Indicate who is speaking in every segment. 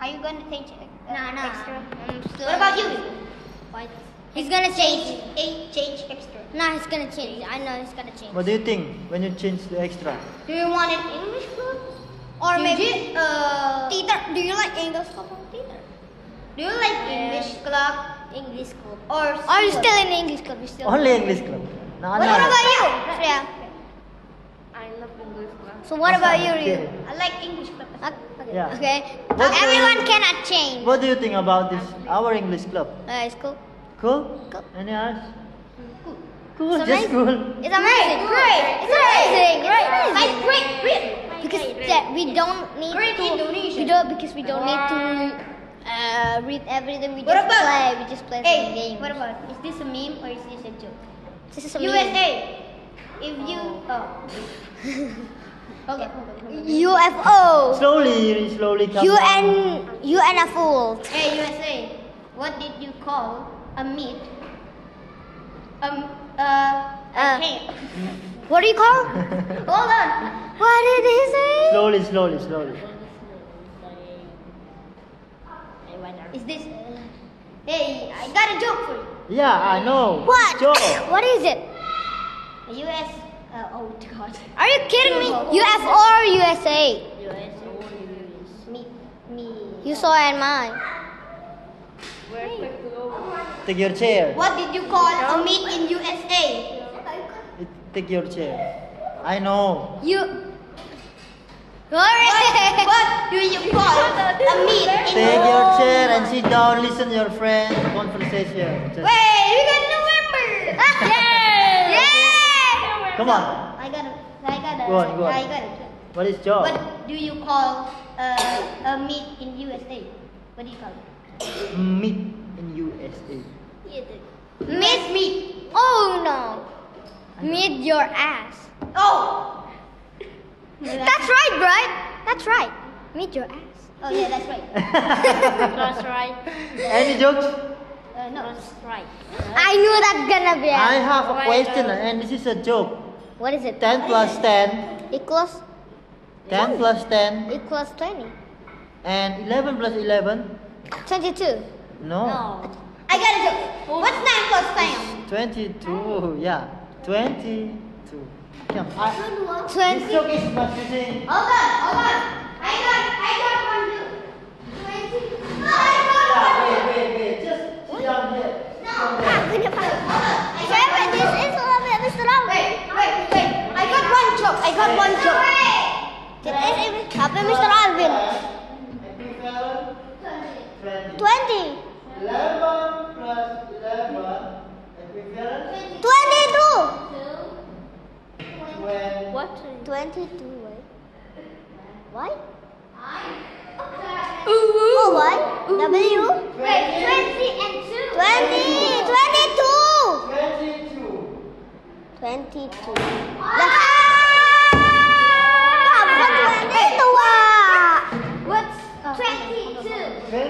Speaker 1: Are you going to teach uh,
Speaker 2: No, no.
Speaker 1: extra?
Speaker 2: I'm still-
Speaker 1: What about you?
Speaker 2: What? He's gonna change.
Speaker 1: Eight Mm, change extra.
Speaker 2: Nah, he's gonna change. I know he's gonna change.
Speaker 3: What do you think when you change the extra?
Speaker 1: Do you want an English club? Or
Speaker 2: Do
Speaker 1: maybe uh,
Speaker 2: Theater. Do you like English club or theater?
Speaker 1: do you like English club
Speaker 2: English club.
Speaker 1: or
Speaker 2: Or you
Speaker 1: school?
Speaker 2: still in English club? You still.
Speaker 3: Only English club. No,
Speaker 1: What, what about you?
Speaker 2: Yeah.
Speaker 1: I love English club.
Speaker 2: So what about you, Ryu?
Speaker 3: Okay.
Speaker 1: I like English club.
Speaker 2: Okay.
Speaker 3: Yeah.
Speaker 2: Okay.
Speaker 3: What do
Speaker 2: Everyone
Speaker 3: you-
Speaker 2: cannot change.
Speaker 3: What do you think about this? Our English club.
Speaker 2: Uh, it's cool.
Speaker 3: Cool?
Speaker 2: Cool.
Speaker 3: Any else?
Speaker 1: Cool.
Speaker 3: Cool,
Speaker 2: So
Speaker 3: just
Speaker 2: nice.
Speaker 3: cool.
Speaker 2: It's amazing.
Speaker 1: Great.
Speaker 2: It's amazing. It's amazing.
Speaker 1: Like great, great.
Speaker 2: because that we don't need
Speaker 1: Great
Speaker 2: to
Speaker 1: Indonesian.
Speaker 2: we don't because we don't need to uh, read everything we
Speaker 1: What
Speaker 2: just
Speaker 1: about-
Speaker 2: play we just play some
Speaker 1: Hey,
Speaker 2: games
Speaker 1: what about? Is this a meme or is this a joke?
Speaker 2: this is a meme.
Speaker 1: USA. If you oh. okay.
Speaker 2: UFO
Speaker 3: Slowly, slowly come.
Speaker 2: UN UNFO
Speaker 1: Hey USA, what did you call a meat? Um uh
Speaker 2: Uh.
Speaker 1: a camp.
Speaker 2: what do you call
Speaker 1: Hold on.
Speaker 2: what eh? did he say
Speaker 3: Slowly, slowly, slowly.
Speaker 1: Is this Hey, I got a joke for you.
Speaker 3: Yeah, I know.
Speaker 2: what
Speaker 3: Sure.
Speaker 2: what is it
Speaker 1: A US uh, oh god.
Speaker 2: are you kidding me UFO or USA
Speaker 1: Meat me.
Speaker 2: you saw and mine
Speaker 3: Take your chair.
Speaker 1: What did you call a meat in USA?
Speaker 3: Take your chair. I know.
Speaker 2: you what
Speaker 1: What do you call a meat in
Speaker 3: Take
Speaker 2: Oh.
Speaker 3: your chair and sit down. Listen your friend conversation. Just-
Speaker 1: Hey, we got November.
Speaker 2: yeah yeah
Speaker 3: Come on.
Speaker 1: I got a I got a
Speaker 3: Go on, go on.
Speaker 1: I got a joke.
Speaker 3: What is job?
Speaker 1: What do you call uh, a meat in USA? What do you call it?
Speaker 3: Meet in USA.
Speaker 1: Miss meat.
Speaker 2: Oh no! Meet your ass.
Speaker 1: Oh.
Speaker 2: That's right, right? That's right. Meet your ass.
Speaker 1: Oh yeah, that's right.
Speaker 4: That's right.
Speaker 3: Any jokes?
Speaker 1: Uh, no.
Speaker 4: That's right.
Speaker 2: I knew that's gonna be.
Speaker 3: I
Speaker 2: A.
Speaker 3: have a
Speaker 4: Why,
Speaker 3: question
Speaker 4: uh,
Speaker 3: and this is a joke.
Speaker 2: What is it?
Speaker 3: 10 plus 10,
Speaker 2: Equals
Speaker 3: 10 plus 10,
Speaker 2: equals twenty.
Speaker 3: and 11 plus 11?
Speaker 2: Twenty-two.
Speaker 3: No.
Speaker 4: No.
Speaker 1: I got a joke. What's nine plus nine?
Speaker 3: 22, yeah. 22. Come I, this
Speaker 2: Twenty.
Speaker 3: joke is not using.
Speaker 1: Hold on, hold on. I got, I got one too. Twenty. No, I got one.
Speaker 3: Yeah, wait, wait, wait. Just sit down here.
Speaker 1: No, I'm gonna find. Hold on. I got
Speaker 2: Trevor,
Speaker 1: one.
Speaker 2: this is a little bit Mr.
Speaker 1: Wait,
Speaker 2: Alvin.
Speaker 1: wait, wait. I got one joke. I got one joke.
Speaker 2: This is a a bit Mr. Alvin.
Speaker 3: Happy fellow. 20.
Speaker 2: Twenty.
Speaker 3: 11 plus 11 equivalent
Speaker 2: Twenty-two.
Speaker 3: to
Speaker 4: What?
Speaker 2: Twenty-two. Wait. Why? Oh, why? W.
Speaker 1: Wait, twenty and two.
Speaker 2: Twenty. Twenty-two.
Speaker 3: 22.
Speaker 2: 22. Ah!
Speaker 1: What's twenty-two?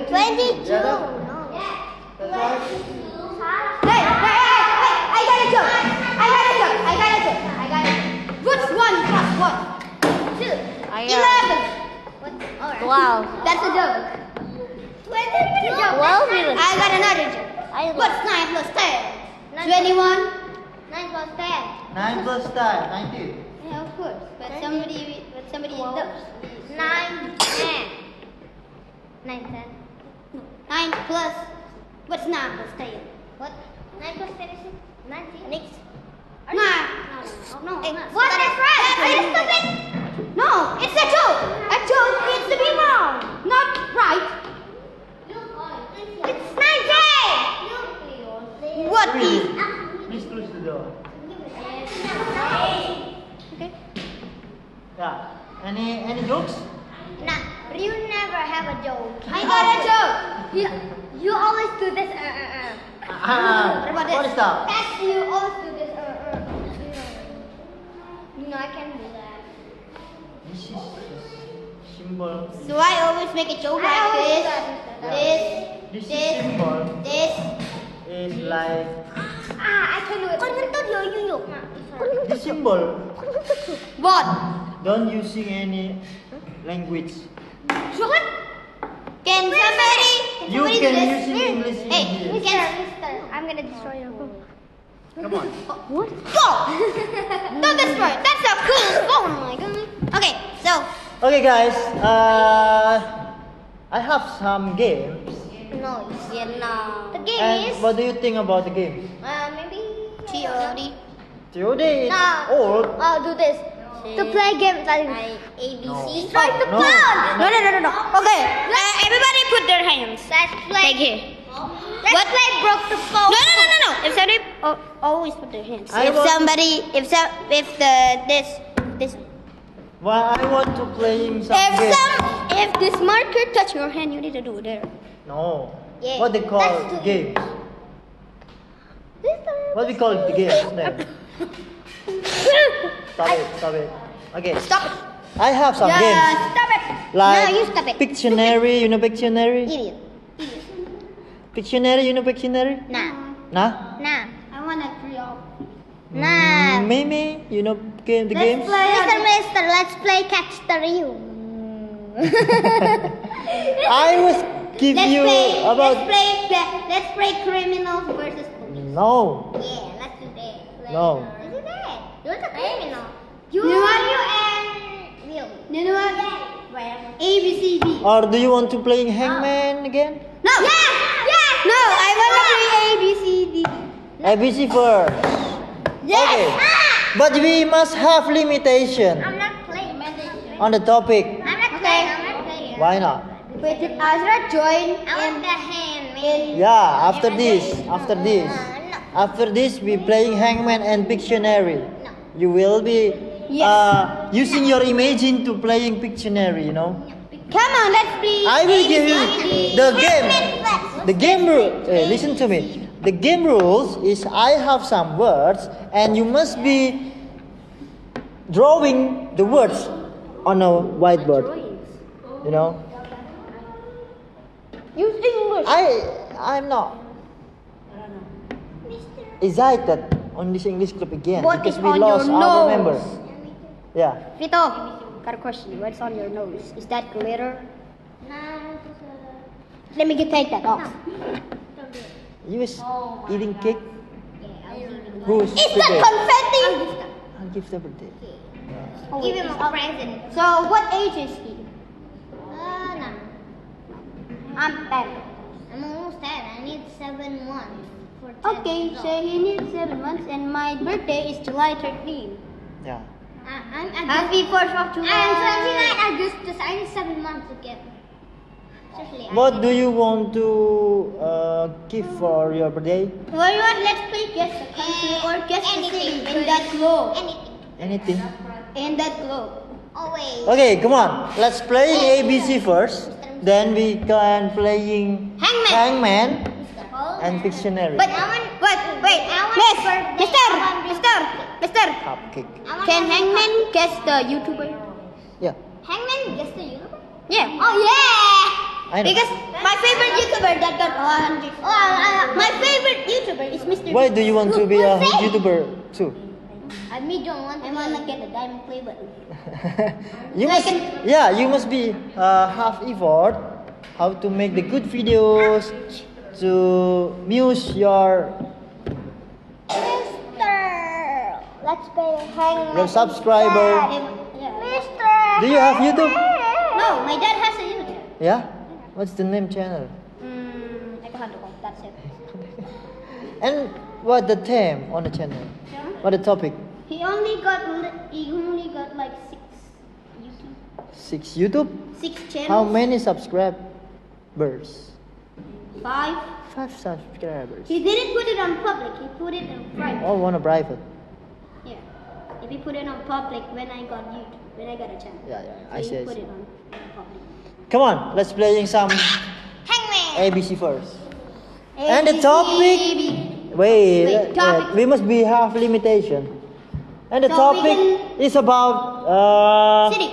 Speaker 3: 22.
Speaker 2: 22.
Speaker 3: Yeah, that-
Speaker 2: No.
Speaker 3: that's right.
Speaker 1: Hey, hey, hey, hey, I got a joke. I got a joke. I got a joke. I got a joke. What's one plus one? Two.
Speaker 4: I, uh,
Speaker 1: Eleven. What? All right.
Speaker 2: Wow.
Speaker 1: That's a joke. Twenty-two. Joke.
Speaker 2: Well, really.
Speaker 1: I got another joke.
Speaker 2: I love-
Speaker 1: What's nine plus ten?
Speaker 2: Nine-
Speaker 1: Twenty-one.
Speaker 2: Nine plus ten.
Speaker 3: 9 plus 10, 19.
Speaker 1: Yeah, of course. But somebody, but somebody knows.
Speaker 2: Nine ten. Nine ten.
Speaker 1: Nine plus. What's nine plus ten? What?
Speaker 2: Nine plus ten is nineteen. Next.
Speaker 1: Nine.
Speaker 2: No.
Speaker 1: Hey,
Speaker 2: not.
Speaker 1: What is right? Are you stupid? No, it's a joke. A joke needs to be wrong, not right. It's 90. What is?
Speaker 3: Please, please close the door.
Speaker 1: Okay.
Speaker 3: Yeah. Any any jokes?
Speaker 2: Nah, you never have a joke.
Speaker 1: I got a joke.
Speaker 2: You, you always do this. Uh, uh, uh.
Speaker 3: Ah,
Speaker 1: What
Speaker 3: what
Speaker 1: is-
Speaker 3: is that?
Speaker 2: That's you always do this. Uh, uh, uh. No, I can't do that.
Speaker 3: This is just symbol.
Speaker 1: So I always make a joke
Speaker 2: I
Speaker 1: like
Speaker 2: always
Speaker 1: this.
Speaker 2: got
Speaker 3: that.
Speaker 1: This.
Speaker 3: This is
Speaker 1: This.
Speaker 3: symbol
Speaker 1: This.
Speaker 3: is like
Speaker 2: Ah, I can do it.
Speaker 1: Kau ngentot yo
Speaker 2: you, you.
Speaker 3: This symbol,
Speaker 1: What?
Speaker 3: don't using any language.
Speaker 1: Sugar? Can somebody?
Speaker 3: You
Speaker 1: somebody
Speaker 3: can
Speaker 1: do this?
Speaker 3: use in English in
Speaker 1: Hey,
Speaker 3: here.
Speaker 2: Mister, mister, I'm gonna destroy your phone.
Speaker 3: Come on.
Speaker 2: What?
Speaker 1: Go! Don't destroy. it. That's a cool phone. Like, okay, so
Speaker 3: Okay, guys. Uh, I have some games.
Speaker 1: no, yeah, no.
Speaker 2: The game
Speaker 3: And
Speaker 2: is.
Speaker 3: what do you think about the game?
Speaker 2: Uh, maybe.
Speaker 1: Theory.
Speaker 3: TOD is
Speaker 2: No.
Speaker 3: old.
Speaker 1: uh,
Speaker 2: I'll do this. To play games, I.
Speaker 4: I A B
Speaker 3: No.
Speaker 4: C.
Speaker 2: Strike the
Speaker 3: No.
Speaker 2: clown!
Speaker 1: No, no, no, no, no. Okay. Uh, everybody put their hands.
Speaker 2: Let's play.
Speaker 1: Like here.
Speaker 2: Let's
Speaker 1: What?
Speaker 2: play broke the phone.
Speaker 1: No, no, no, no, no. If somebody oh, always put their hands.
Speaker 3: I
Speaker 1: if
Speaker 3: want-
Speaker 1: somebody, if so, if the this this.
Speaker 3: Well, I want to play him some
Speaker 1: If
Speaker 3: game.
Speaker 1: some, if this marker touch your hand, you need to do there.
Speaker 3: No.
Speaker 2: Yeah,
Speaker 3: What they
Speaker 2: let's do
Speaker 3: call
Speaker 2: it.
Speaker 3: games?
Speaker 2: This time.
Speaker 3: What we call the games then? Stop it! Stop it! Okay.
Speaker 1: Stop it.
Speaker 3: I have some games.
Speaker 1: Stop it.
Speaker 3: Like
Speaker 1: no, you stop it.
Speaker 3: Pictionary, you know Pictionary?
Speaker 1: Idiot.
Speaker 3: Pictionary, you know Pictionary?
Speaker 1: Nah.
Speaker 3: Nah?
Speaker 1: Nah.
Speaker 2: I want a three off.
Speaker 1: Nah.
Speaker 3: Mm, Mimi, you know game, the games?
Speaker 2: Mister, mister, let's play catch the Ryu.
Speaker 3: I was give
Speaker 2: Let's
Speaker 3: you
Speaker 2: play.
Speaker 3: about
Speaker 2: Let's play. pla- Let's play criminals versus police.
Speaker 3: no,
Speaker 2: Yeah, let's do that. Let's
Speaker 3: No.
Speaker 2: do that. You're the criminal. You are you and Will. You know what? A B C D.
Speaker 3: or do you want to play Hangman
Speaker 1: Ah.
Speaker 3: again?
Speaker 2: No. Yes. Yes.
Speaker 1: No, I wanna play
Speaker 2: A B C D.
Speaker 3: ABC first.
Speaker 2: Yes.
Speaker 3: Okay.
Speaker 2: Ah!
Speaker 3: But we must have limitation
Speaker 2: I'm not playing. I'm not playing.
Speaker 3: on the topic.
Speaker 2: I'm not playing. I'm not playing.
Speaker 3: Why not?
Speaker 1: Wait, did Azra join?
Speaker 2: I want the hand, man.
Speaker 3: Yeah, after this, after this,
Speaker 2: No.
Speaker 3: after this, we playing Hangman and Pictionary. You will be uh, using your imagine to playing Pictionary. You know.
Speaker 1: Come on, let's play.
Speaker 3: I will give you the game. The game rule. eh, listen to me. The game rules is I have some words and you must be drawing the words on a whiteboard. You know.
Speaker 1: Use English.
Speaker 3: I I'm not excited on this English club again
Speaker 1: What
Speaker 3: because
Speaker 1: is
Speaker 3: we
Speaker 1: on
Speaker 3: lost
Speaker 1: your
Speaker 3: our
Speaker 1: nose?
Speaker 3: members. Yeah.
Speaker 1: Vito, got a question. What's on your nose? Is that glitter?
Speaker 2: No.
Speaker 1: Let me get take that off.
Speaker 3: You is eating cake? Who's
Speaker 1: It's a
Speaker 3: today?
Speaker 1: confetti.
Speaker 3: I'll give the birthday.
Speaker 2: Give him a present.
Speaker 1: So what age is he?
Speaker 2: Uh, no.
Speaker 1: I'm ten.
Speaker 2: I'm almost there. I need seven months for ten
Speaker 1: Okay,
Speaker 2: years old.
Speaker 1: so he needs seven months, and my birthday is July 13.
Speaker 3: Yeah.
Speaker 2: I, I'm August.
Speaker 1: Happy Fourth of July.
Speaker 2: I'm 29 Augustus. I need seven months to get. Seriously. I
Speaker 3: What
Speaker 2: need-
Speaker 3: do you want to uh, give for your birthday?
Speaker 1: Well, you want let's play guess the country
Speaker 2: Eh,
Speaker 1: or guess the
Speaker 2: anything,
Speaker 1: city in
Speaker 2: please.
Speaker 1: that globe.
Speaker 2: Anything.
Speaker 3: Anything?
Speaker 1: In that globe.
Speaker 2: Oh wait.
Speaker 3: Okay, come on. Let's play ABC first. Then we can playing
Speaker 1: Hangman.
Speaker 3: Hangman
Speaker 2: Oh,
Speaker 3: and Pictionary.
Speaker 1: But
Speaker 2: I want-
Speaker 1: but wait,
Speaker 2: I want
Speaker 1: miss,
Speaker 2: birthday.
Speaker 1: mister,
Speaker 2: I want
Speaker 1: mister, mister.
Speaker 3: Cupcake.
Speaker 2: I want
Speaker 1: Can
Speaker 2: to-
Speaker 1: Hangman guess the YouTuber?
Speaker 3: Yeah.
Speaker 2: Hangman gets the uniform?
Speaker 1: Yeah.
Speaker 2: Oh yeah.
Speaker 3: I know.
Speaker 1: Because my favorite YouTuber that got 100.
Speaker 2: Oh, I, I,
Speaker 1: My favorite YouTuber is Mr.
Speaker 3: Why do you want to be a
Speaker 2: Who's that?
Speaker 3: YouTuber too?
Speaker 2: I me don't want.
Speaker 1: I wanna get a diamond play button.
Speaker 3: you
Speaker 1: Like
Speaker 3: must, yeah, you must be uh, half effort how to make the good videos to muse your
Speaker 2: Mister, let's play Hangman.
Speaker 3: your subscriber.
Speaker 2: Mister.
Speaker 3: Do you have YouTube?
Speaker 1: No, my dad has a YouTube.
Speaker 3: Yeah. What's the name channel?
Speaker 1: Mm, I can't do it. That's it.
Speaker 3: And what the theme on the channel? What the topic?
Speaker 2: He only got li- he only got like six YouTube
Speaker 3: Six YouTube.
Speaker 2: six
Speaker 3: How
Speaker 2: channels.
Speaker 3: many subscribers?
Speaker 2: Five.
Speaker 3: Five subscribers.
Speaker 2: He didn't put it on public. He put it on private.
Speaker 3: All one a private.
Speaker 2: Yeah. If he put it on public, when I got YouTube, when I got a channel,
Speaker 3: Yeah, yeah.
Speaker 2: so
Speaker 3: I see.
Speaker 2: he
Speaker 3: I
Speaker 2: put
Speaker 3: see.
Speaker 2: it on public.
Speaker 3: Come on, let's playing some
Speaker 2: Hangman.
Speaker 3: ABC first. And the topic. Wait,
Speaker 1: Wait,
Speaker 3: uh,
Speaker 1: topic.
Speaker 3: we must be half limitation. And the
Speaker 1: So we
Speaker 3: topic is about uh
Speaker 1: City.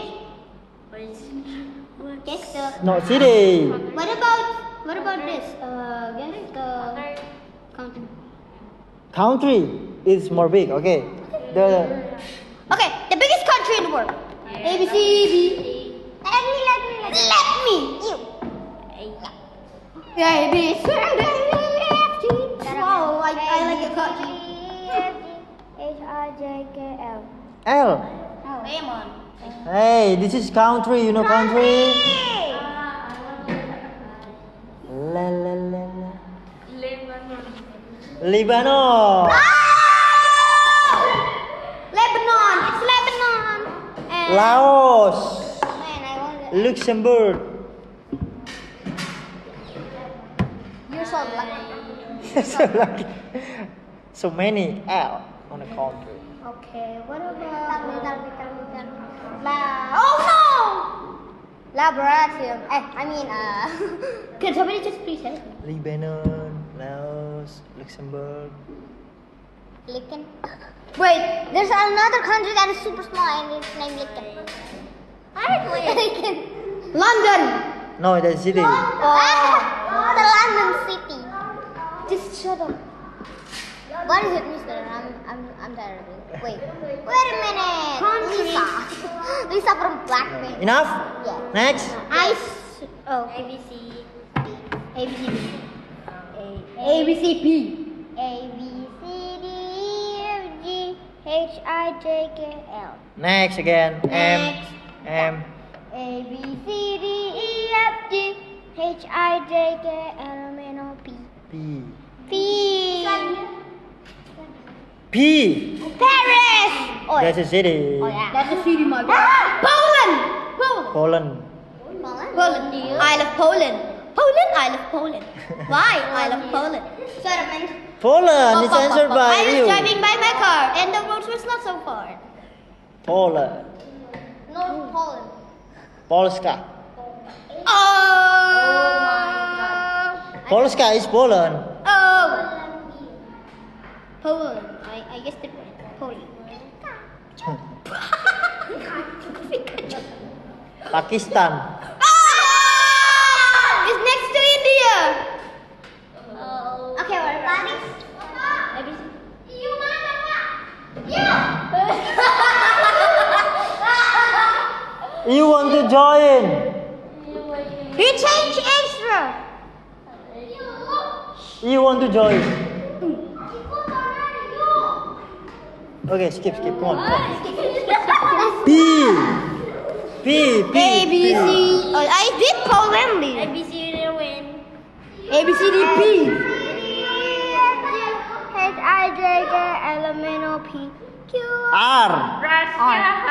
Speaker 2: Guess the.
Speaker 3: no city.
Speaker 2: What about what about this? Uh, guess the country.
Speaker 3: Country. It's more big. Okay. The
Speaker 1: Okay, the biggest country in the world. A, B, C, D.
Speaker 2: Let me, let me, let me.
Speaker 1: Let me.
Speaker 2: You.
Speaker 1: A, B, C, D, E, F, G. Wow, I, I like a country.
Speaker 2: H I J K L.
Speaker 3: L.
Speaker 2: Oh.
Speaker 1: Lemon.
Speaker 3: Hey, this is country. You know country. La la la la. Lebanon.
Speaker 1: Ah! Oh! Lebanon. It's Lebanon. And
Speaker 3: Laos.
Speaker 2: Man, I want it.
Speaker 3: Luxembourg.
Speaker 1: you're so lucky.
Speaker 3: so lucky. So many L on the country.
Speaker 2: Okay, what about?
Speaker 1: La. Oh no. Laboratorium. Eh, I mean, uh.
Speaker 2: Can somebody just please help me?
Speaker 3: Lebanon, Laos, Luxembourg.
Speaker 2: Lichen.
Speaker 1: Wait.
Speaker 2: There's another country that is super small and it's named Lichen. I like Lichen.
Speaker 1: London.
Speaker 3: No, that's city.
Speaker 2: Ah, the London city.
Speaker 1: Just shut up.
Speaker 2: What is it, Mister? I'm, I'm, I'm terrible. Wait, wait a minute. Lisa. Lisa from Blackpink.
Speaker 3: Enough.
Speaker 2: Yeah.
Speaker 3: Next.
Speaker 2: I s- oh. A B C. A B C. A B C P. A B C D E F G H I J K L.
Speaker 3: Next again.
Speaker 2: Next.
Speaker 3: M. M.
Speaker 2: A B C D E F G H I J K L M N O P.
Speaker 3: P.
Speaker 2: P.
Speaker 3: P.
Speaker 2: Paris. Oh,
Speaker 3: That's a city.
Speaker 2: oh yeah.
Speaker 1: That's a city, my brother. Poland. Ah! Poland.
Speaker 3: Poland.
Speaker 1: Poland. I love Poland. Poland. I love Poland. Why? I love Poland. Oh, Shut up, man.
Speaker 3: Poland
Speaker 1: Pop,
Speaker 3: is
Speaker 1: pop,
Speaker 3: answered
Speaker 1: pop, pop.
Speaker 3: by
Speaker 1: I was
Speaker 3: you.
Speaker 1: driving by my car and the road was not so far.
Speaker 3: Poland.
Speaker 2: North Poland.
Speaker 3: Polska.
Speaker 1: Oh. Oh.
Speaker 3: Polska is Poland.
Speaker 1: Poland. I, I guessed it right. Poland.
Speaker 3: Pakistan.
Speaker 1: Ah! It's next to India.
Speaker 2: Okay, what about it? You mind
Speaker 3: You want to join?
Speaker 1: He changed extra.
Speaker 3: You want to join? Okay, skip, skip. Come on. Come on. P. P. P.
Speaker 1: A B C. Oh, I did Poland. A B C D P.
Speaker 2: H I J K L M N O P Q R.
Speaker 3: R.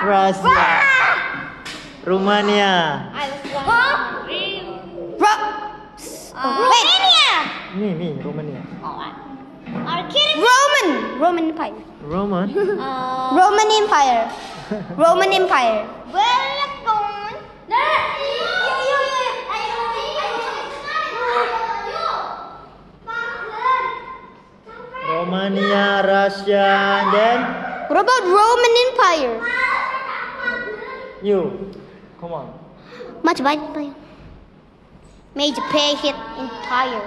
Speaker 3: Russia. Rumania.
Speaker 2: I was wrong.
Speaker 1: Oh. Uh, Romania.
Speaker 3: Me, me, Romania.
Speaker 2: Are kidding?
Speaker 1: Roman. Roman Empire.
Speaker 3: Roman.
Speaker 1: Roman Empire. Roman Empire.
Speaker 2: Welcome.
Speaker 3: Romania, Russia, and then
Speaker 1: What about Roman Empire?
Speaker 3: you. Come on.
Speaker 1: Much better. Major pay hit empire.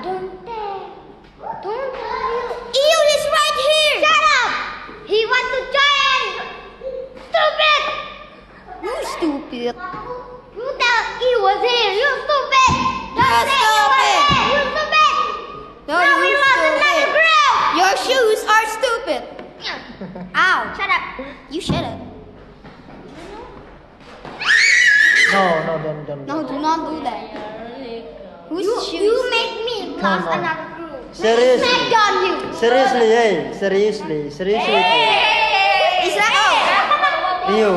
Speaker 1: EU is right here. Shut up. He wants to join. Stupid. You stupid.
Speaker 2: You thought he was here. You stupid.
Speaker 1: You're
Speaker 2: say he was
Speaker 1: stupid.
Speaker 2: here. You stupid.
Speaker 1: No,
Speaker 2: Now we lost another girl.
Speaker 1: Your shoes are stupid. Ow.
Speaker 2: Shut up.
Speaker 1: You shut up.
Speaker 3: No, no, don't, don't.
Speaker 1: No, do not do that. Whose shoes?
Speaker 2: You make me lost
Speaker 3: Come on.
Speaker 2: another group.
Speaker 3: Seriously.
Speaker 1: on you.
Speaker 3: Seriously, hey. Seriously, seriously.
Speaker 1: Is that
Speaker 2: Oh.
Speaker 3: You.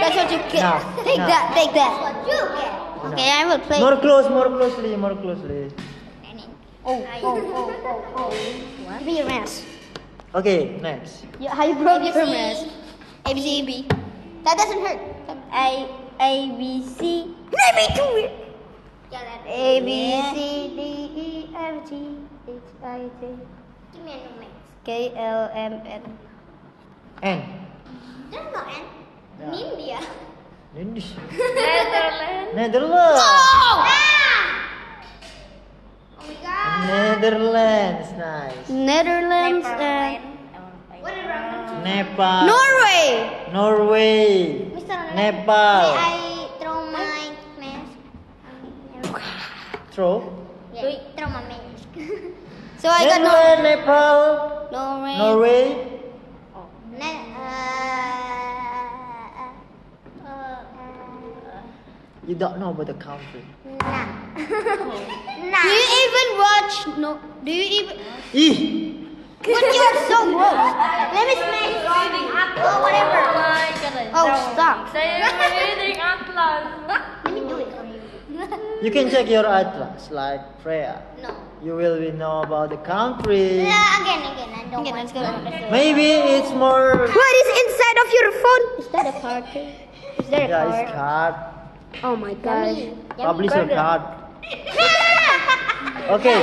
Speaker 1: That's what you get.
Speaker 3: No,
Speaker 1: Take
Speaker 3: no.
Speaker 1: that, take that.
Speaker 2: What you get?
Speaker 1: Okay, I will play.
Speaker 3: More close, more closely, more closely.
Speaker 1: Oh, oh, oh, oh, oh. What? Be your mask.
Speaker 3: Okay, next.
Speaker 1: Yeah, how you broke
Speaker 2: ABC.
Speaker 1: your mask? A, B, C, B. That doesn't hurt. A, A, B, C. Maybe two.
Speaker 2: Yeah, that
Speaker 1: A, B,
Speaker 2: Yeah.
Speaker 1: C, D, E, F, G, H, I, J,
Speaker 2: Give me a new mix.
Speaker 1: K, L, M, N.
Speaker 3: N.
Speaker 2: There's no N.
Speaker 3: Yeah.
Speaker 2: India.
Speaker 3: Netherlands.
Speaker 2: Ah! Oh
Speaker 3: Netherlands.
Speaker 1: Oh!
Speaker 2: my god.
Speaker 3: Netherlands. Nice.
Speaker 1: Netherlands uh, and
Speaker 2: What did I
Speaker 3: Nepal,
Speaker 1: Norway.
Speaker 3: Norway,
Speaker 2: Mr. Ronald,
Speaker 3: Nepal.
Speaker 2: May I throw my mask? Oh,
Speaker 3: Throw.
Speaker 2: Yeah, throw my mask.
Speaker 1: So I got
Speaker 3: Norway,
Speaker 1: Nor-
Speaker 3: Nepal,
Speaker 1: Norway.
Speaker 3: Norway,
Speaker 2: Ne- e, uh, uh, uh,
Speaker 3: You don't know about the country.
Speaker 2: nah.
Speaker 1: Do
Speaker 2: nah.
Speaker 1: you even watch? No. Do you even?
Speaker 3: Ih,
Speaker 1: What you are so gross.
Speaker 2: Let me smash or whatever.
Speaker 1: Oh, stop.
Speaker 4: Saya reading atlas.
Speaker 2: Let me do it for you.
Speaker 3: you can check your atlas like Freya.
Speaker 2: No.
Speaker 3: You will be know about the country.
Speaker 2: Yeah, again, again. I don't
Speaker 1: Okay,
Speaker 2: want
Speaker 1: let's go.
Speaker 2: to.
Speaker 3: Maybe it's more.
Speaker 1: What is inside of your phone?
Speaker 2: Is that a card? Is there
Speaker 3: Yeah, it's card.
Speaker 1: Oh my gosh.
Speaker 2: Yummy.
Speaker 3: Publish your card.
Speaker 2: card.
Speaker 3: Okay,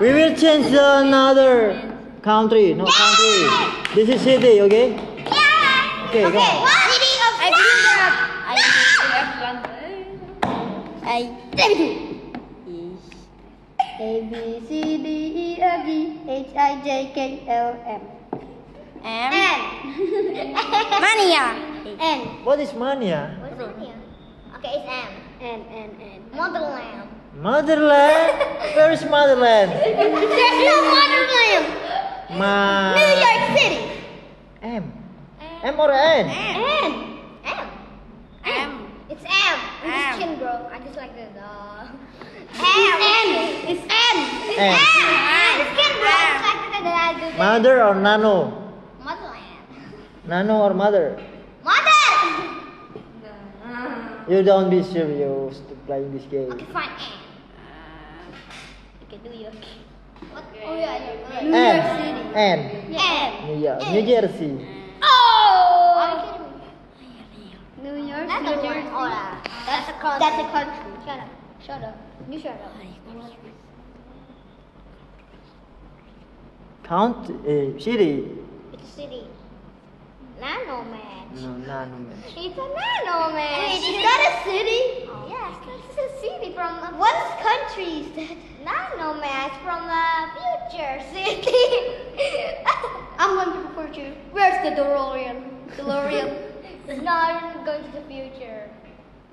Speaker 3: we will change the another country. No country. This is city. Okay.
Speaker 2: Yeah.
Speaker 3: Okay, go.
Speaker 2: What? City of I blew them up. I I let me do. A B C D E F G H I J K L M
Speaker 1: M.
Speaker 2: N
Speaker 1: Mania.
Speaker 2: N.
Speaker 3: What is ah? mania?
Speaker 2: What is it here? Okay, it's M.
Speaker 1: N N N.
Speaker 2: Motherland.
Speaker 3: Motherland. Where is motherland?
Speaker 2: There's no motherland.
Speaker 3: Ma.
Speaker 2: New York City.
Speaker 3: M. M or
Speaker 2: N.
Speaker 3: N?
Speaker 2: M.
Speaker 1: M.
Speaker 2: It's M. I'm
Speaker 1: M.
Speaker 2: just kidding, bro. I just like this. Uh, M. M. It's M. It's M.
Speaker 3: M.
Speaker 2: I'm just kidding, bro. I just like that I do this.
Speaker 3: Mother or nano?
Speaker 2: Motherland.
Speaker 3: Nano or mother?
Speaker 2: Mother.
Speaker 3: You don't be serious to playing this game.
Speaker 2: Okay, fine. M.
Speaker 4: Okay, do you?
Speaker 2: What? Oh yeah, you're
Speaker 3: N.
Speaker 2: good. M.
Speaker 3: N. New York. New Jersey.
Speaker 2: Oh. Are you kidding me?
Speaker 1: New York.
Speaker 2: That's a word. Oh, yeah. That's a country. That's a country. Shut up. Shut up. You shut up.
Speaker 3: Count. eh, city.
Speaker 2: It's a city. Nano man.
Speaker 3: No, nano man.
Speaker 2: It's a nano man. Wait, is that a city? Yes, it's a city from a what country is that? Nano man it's from a future city.
Speaker 1: I'm going to report you. Where's the DeLorean? DeLorean.
Speaker 2: it's not going to the future.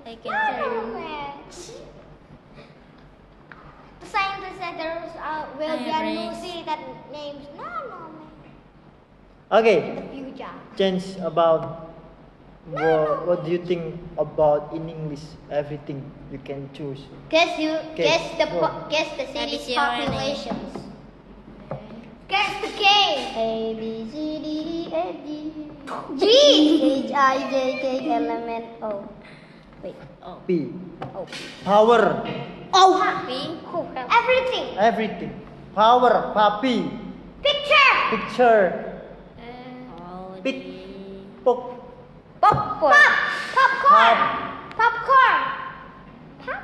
Speaker 4: I can tell you.
Speaker 2: Nano man. The scientists said there was, uh, will be a new
Speaker 4: Iris.
Speaker 2: city that names Nano man.
Speaker 3: Okay.
Speaker 2: The future.
Speaker 3: change about what, what do you think about in English everything you can choose
Speaker 2: Guess you
Speaker 3: Okay,
Speaker 2: guess the
Speaker 3: go.
Speaker 2: po- guess the city's
Speaker 4: ABC or
Speaker 2: populations. Guess the game. A B C D E F G G H I J K L M N O.
Speaker 3: P power
Speaker 2: Oh, happy. Everything.
Speaker 3: everything power puppy
Speaker 2: Picture.
Speaker 3: picture pick poke
Speaker 2: Popcorn. Pop. Popcorn. Popcorn. Pop.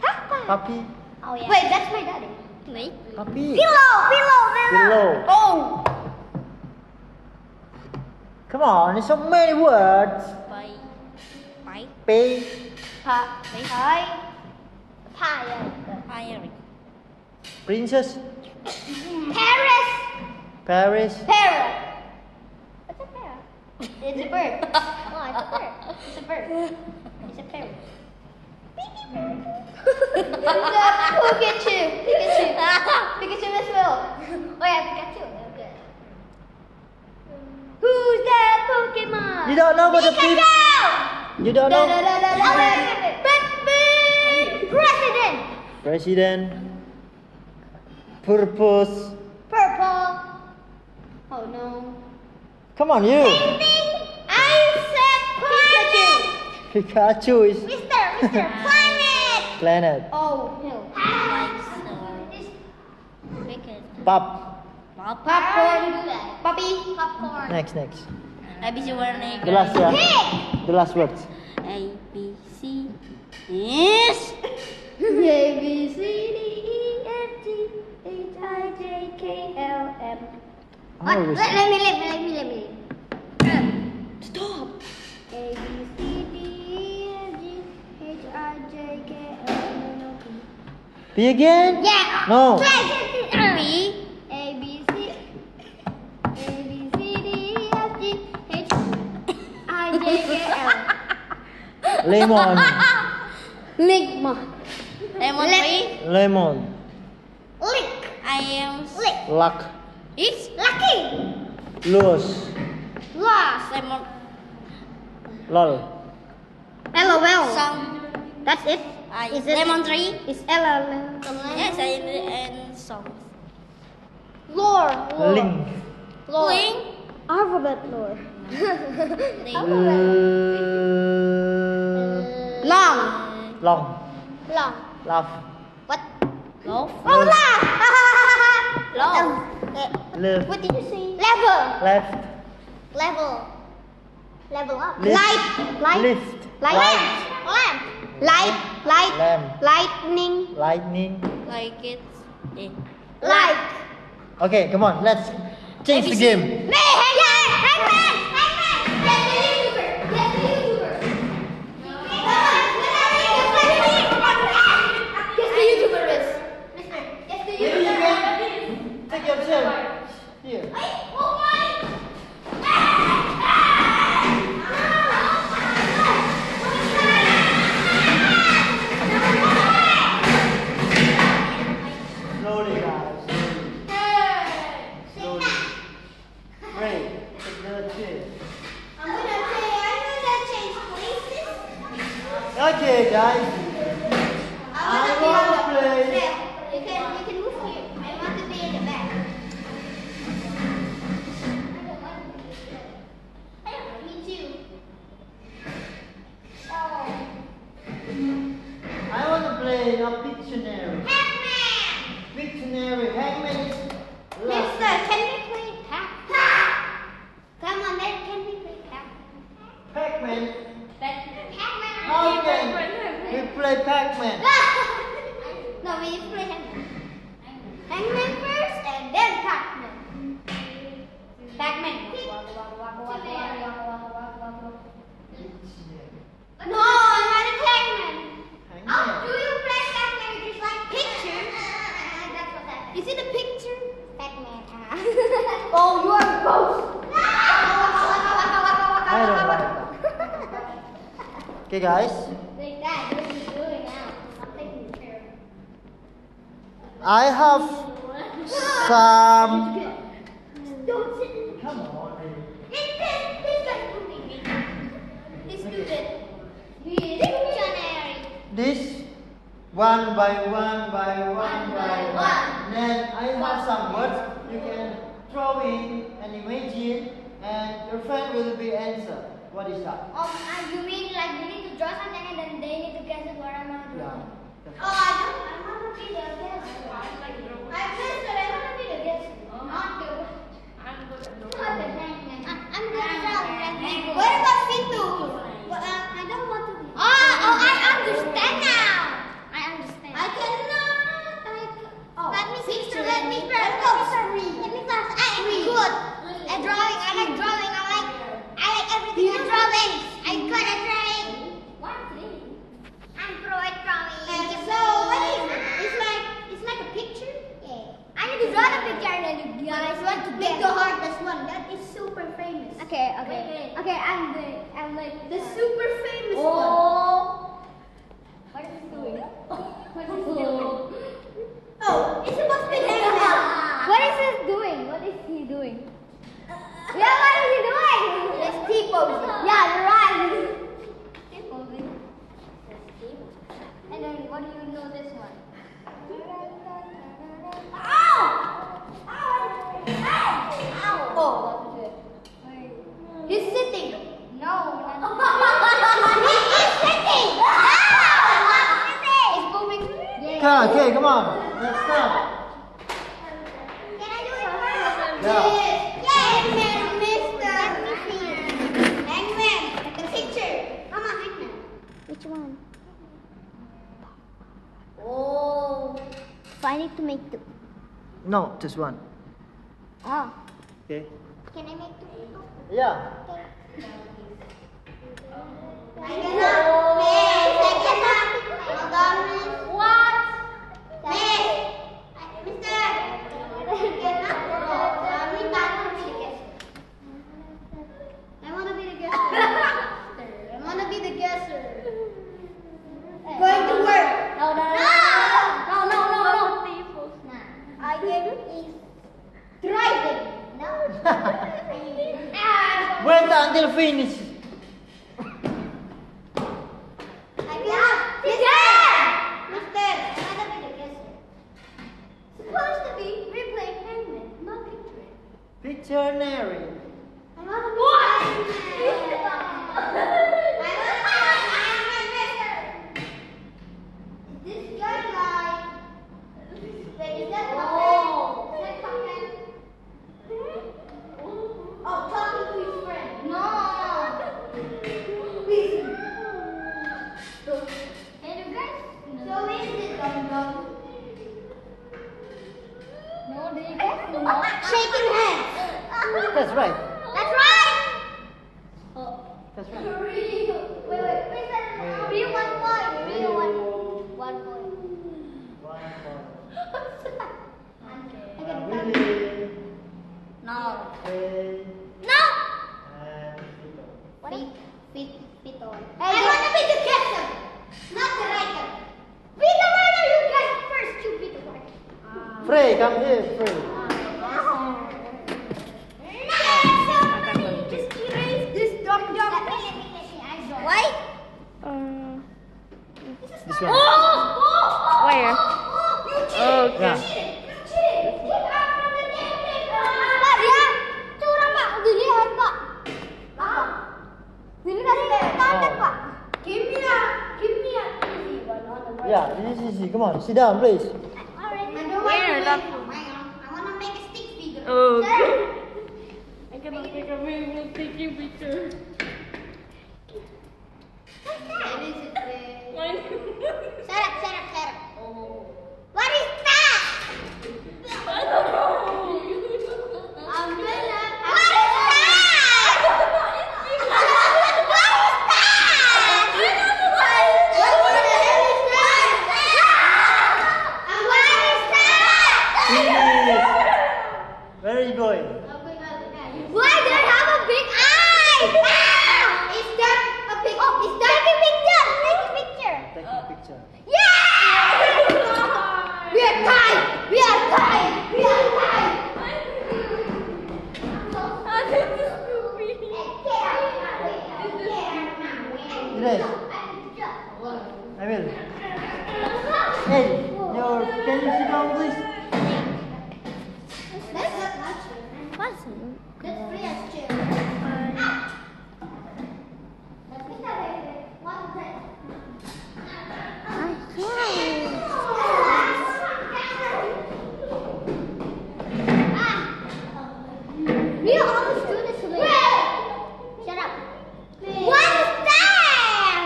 Speaker 2: Popcorn.
Speaker 3: puppy
Speaker 2: Oh yeah. Wait, that's my daddy.
Speaker 4: Me?
Speaker 3: puppy
Speaker 2: Pillow. Pillow. Pillow.
Speaker 3: pillow
Speaker 2: Oh.
Speaker 3: come on there's so many words
Speaker 4: Bye. Bye.
Speaker 3: pay
Speaker 2: Pa- pie. Pie.
Speaker 4: Iron.
Speaker 3: princess
Speaker 2: Paris.
Speaker 3: Paris
Speaker 2: Parrot. What's a parrot? It's a bird. No, it's
Speaker 1: Uh,
Speaker 2: a bird. It's a bird. It's a parrot. Who get you? Pikachu. Pikachu as well. Oh yeah, Pikachu. Oh, good. Who's that Pokemon?
Speaker 3: you don't know about the people
Speaker 2: Pikachu!
Speaker 3: you
Speaker 2: Da,
Speaker 3: don't
Speaker 2: da,
Speaker 3: know
Speaker 2: da, da, da, da. Batman! President!
Speaker 3: president purpose
Speaker 2: Purple.
Speaker 1: Oh no.
Speaker 3: come on you
Speaker 2: Ding ding! I said planet!
Speaker 3: Pikachu is
Speaker 2: Mister, Mister, planet!
Speaker 3: planet
Speaker 1: Oh hell.
Speaker 4: Cricket.
Speaker 3: Pop.
Speaker 2: Popcorn.
Speaker 1: Puppy.
Speaker 2: Popcorn.
Speaker 3: Next, next.
Speaker 4: ABC warning.
Speaker 3: The last one. The last words.
Speaker 4: A B C. Yes.
Speaker 2: A B C D E F G H I J K L M. What?
Speaker 3: Always.
Speaker 2: Let, let me live. Let me let me live.
Speaker 1: Stop.
Speaker 2: A B C D E F G H I J K L M N O P.
Speaker 3: P again?
Speaker 2: Yeah.
Speaker 3: No.
Speaker 2: Try it. A B C A B C D E F J K L.
Speaker 3: Lemon.
Speaker 1: Ligma.
Speaker 4: Lemon tree.
Speaker 3: Lemon.
Speaker 2: Lick.
Speaker 4: I am
Speaker 2: Lick.
Speaker 3: Luck.
Speaker 4: it's
Speaker 2: Lucky.
Speaker 3: Lose.
Speaker 2: Lost.
Speaker 4: lemon
Speaker 3: Lol.
Speaker 1: LOL.
Speaker 4: song.
Speaker 1: That's it.
Speaker 4: I
Speaker 1: Is it-
Speaker 4: lemon tree.
Speaker 1: It's LOL.
Speaker 4: Yes, I and song.
Speaker 2: Lore. Lore.
Speaker 3: Link.
Speaker 2: Lore.
Speaker 4: Link.
Speaker 2: Alphabet lore.
Speaker 4: Link.
Speaker 3: L-
Speaker 1: Long.
Speaker 3: long.
Speaker 2: Long.
Speaker 3: Laugh.
Speaker 2: What?
Speaker 4: Love.
Speaker 2: Oh, laugh.
Speaker 4: Long.
Speaker 3: Left.
Speaker 2: Um, What did you say? Level.
Speaker 3: Left.
Speaker 2: Level. Level up.
Speaker 3: Lift.
Speaker 2: Light. Light.
Speaker 3: Lift.
Speaker 2: Light.
Speaker 3: Light.
Speaker 2: Lamp. Lamp. Light. Light.
Speaker 3: Lamp.
Speaker 2: Lightning.
Speaker 3: Lightning.
Speaker 4: Like it. Eh.
Speaker 2: Like.
Speaker 3: Okay, come on. Let's change the game.
Speaker 2: Me. Hangman. Hangman. Hangman. Get the YouTuber. Get the YouTuber. Guess the YouTuber is. Guess the YouTuber.
Speaker 3: Take your turn. Here.
Speaker 2: Oh,
Speaker 3: Slowly, guys. Slowly. Great. Take another turn.
Speaker 2: I'm gonna say I'm gonna change places.
Speaker 3: Okay, guys. I
Speaker 2: I'm
Speaker 3: wanna
Speaker 2: gonna
Speaker 3: play.
Speaker 2: be on the You can you can move here. I want to be in the back. I don't want to be in the back. I don't. Me too. Oh.
Speaker 3: I want to play a Pictionary.
Speaker 2: Pac-Man.
Speaker 3: Pictionary. Hangman is last.
Speaker 2: Mister, can we play Pac? Come on, then can we play Pac?
Speaker 3: Pac-Man.
Speaker 2: Pac-Man.
Speaker 3: How can we play Pac-Man?
Speaker 2: no, we just play Hangman. Hangman first and then Pac-Man. Pac-Man. No, I want to play Pac-Man. Oh, do you play Pac-Man with just like pictures? That's what that is. Is it a picture? Pac-Man. oh, you are a ghost.
Speaker 3: I don't like that. Okay, guys.
Speaker 2: Like that, what are you doing now? I'm taking the chair.
Speaker 3: I have some.
Speaker 2: Don't sit in
Speaker 3: Come on, baby.
Speaker 2: It's this, this guy's pooping me. This stupid. He is dictionary.
Speaker 3: This one by one by one, by
Speaker 2: by
Speaker 3: one.
Speaker 2: one.
Speaker 3: Then I have some words you can throw in and imagine, and your friend will be answer. What is that?
Speaker 2: Oh, uh, you mean like you need to draw something and then they need to guess what I'm gonna draw? Oh,
Speaker 3: Yeah.
Speaker 2: I don't. I want to be the guest. I'm just I want to be the guest, not the. Not the hangman. I- I'm gonna draw the hangman. What about Fitu? Well, uh, I don't want to. Oh, oh, I understand now. I understand. I cannot. I c- oh. Let me picture. Let me first. Let me first. I am good. At drawing, I like drawing. I like. I like everything. You drawing. I'm good at drawing. I'm pro at drawing. Uh, so what is it? It's like it's like a picture. Yeah. I need to draw the picture and then you guys want to pick the hardest one. That is super famous.
Speaker 1: Okay, okay. Okay, I'm the, I'm like
Speaker 2: The super famous
Speaker 1: Oh.
Speaker 2: one.
Speaker 1: What is he doing?
Speaker 2: Oh, it's supposed to be
Speaker 1: What is he doing? What is he doing? Yeah, what is he doing?
Speaker 2: Let's keep posing.
Speaker 1: Yeah, you're right.
Speaker 2: And then what do you know this one? Oh, He's sitting. No. he is sitting. It's moving.
Speaker 3: Okay, okay, come on. Let's start.
Speaker 2: Can I do it first?
Speaker 3: No.
Speaker 2: Hangman, Mister. Hangman, the picture. Come on, Hangman.
Speaker 1: Which one?
Speaker 2: Oh.
Speaker 1: So I need to make two.
Speaker 3: No, just one.
Speaker 1: Oh.
Speaker 3: Okay.
Speaker 2: Can I make two people?
Speaker 3: Yeah.
Speaker 2: I cannot. Miss, I cannot. Hold on, miss. What? Miss. I- Mister. I cannot. Hold on, miss. I want to be the guest. I want to be the guest.
Speaker 3: Wait until finish. Pictionary.
Speaker 2: Oh, talking to his friend. No. Please. Can you guys? So is it dum dum? No, do you guys know? Shaking hands.
Speaker 3: That's right.
Speaker 2: That's right.
Speaker 3: That's right.
Speaker 2: Wait, wait, please let me one point. Be one. One point.
Speaker 1: No.
Speaker 2: No. Feet, feet, feet on. I wanna be the captain, not the writer. Be the writer, you guys first. You be the writer.
Speaker 3: Frey, come here, Frey.
Speaker 5: Um,
Speaker 2: Where? You cheated!
Speaker 3: Yeah.
Speaker 2: You cheated! You cheated! Get out from the game Pak dia, itu orang pak, dilihat pak. Pak, dilihat dari tangan pak. Give me a, give me a easy one on the way.
Speaker 3: Yeah, this is easy. Come on, sit down, please.
Speaker 2: I don't want
Speaker 5: Where,
Speaker 2: to
Speaker 5: love?
Speaker 2: make one. Hang on. I want to make a stick figure.
Speaker 5: Okay.
Speaker 1: I cannot take a video taking picture.
Speaker 2: Shut up, shut up, shut up. What is that? I'm doing that. What is that? What is that? What is that? And what is that?
Speaker 3: Please. Where are you going?
Speaker 2: Why they have a big eye? Ah! Is that a pic? Oh, is that a picture? Take a picture.
Speaker 3: Take a picture.
Speaker 2: Yeah! We are tied. We are tied. We are tied.
Speaker 3: Yes. I will. Hey, your, can you sit down, please?
Speaker 2: We are all students today. Shut up. What is that?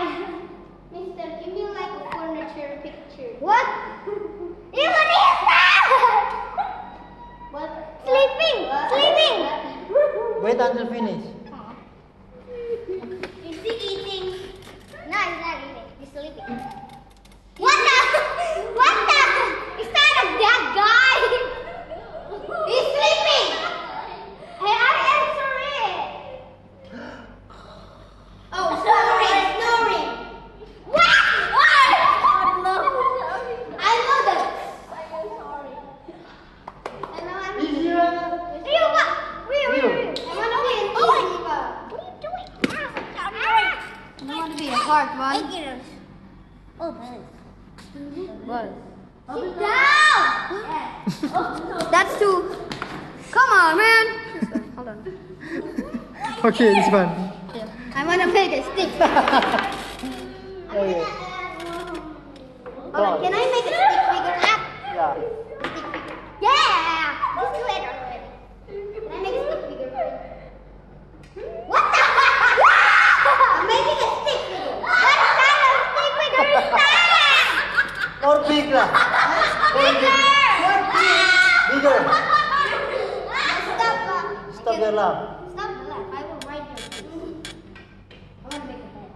Speaker 2: Mister, give me like a furniture picture. What? Ew, what is that? What? Sleeping! Sleeping!
Speaker 3: Wait until finish.
Speaker 2: Is he eating? No, he's not eating. He's sleeping. What the? What the? Is that a dead guy? He's sleeping! Hey, I answer it! Oh, snoring! Snoring! What? What? I know that. I know I'm
Speaker 3: Is you uh,
Speaker 2: Ew, what? Wait, wait,
Speaker 3: Ew.
Speaker 2: wait. wait.
Speaker 3: Oh
Speaker 2: I want to be an easy one. What are you doing? You want to be a hard one?
Speaker 1: Oh, nice.
Speaker 2: Sit down! That's two. Come on, man.
Speaker 3: Okay, this one.
Speaker 2: I want to make a stick.
Speaker 3: Okay.
Speaker 2: Alright, can I make a stick figure? Ah,
Speaker 3: Yeah.
Speaker 2: stick figure. Yeah! This is later already. Can I make a stick figure? What the I'm making a stick figure. What kind of stick figure is that?
Speaker 3: Or big lah. Bigger.
Speaker 2: Ah!
Speaker 3: Stop your laugh.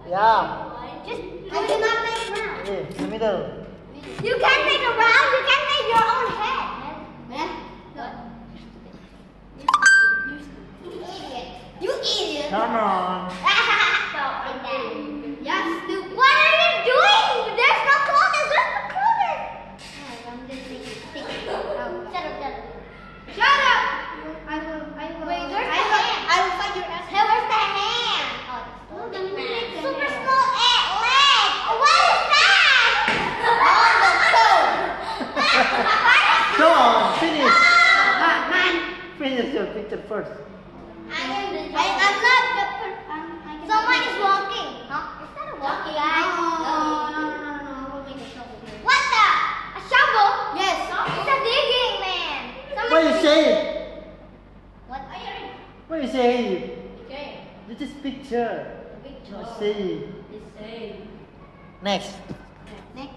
Speaker 3: Yeah. Okay, in the middle.
Speaker 2: You can make a round, you can make your own head. Man, Oh, You idiot. You idiot.
Speaker 3: Come on.
Speaker 2: Yes, stupid. What are you doing? There's no clothes. Where's the clothes? I'm just thinking. Shut up, shut up. Shut up. I will. I will. Wait, where's I the will, hand? I will find your ass. Hey, where's the Oh, um,
Speaker 3: This is picture. Not saying.
Speaker 4: It's A.
Speaker 3: Next.
Speaker 1: Next.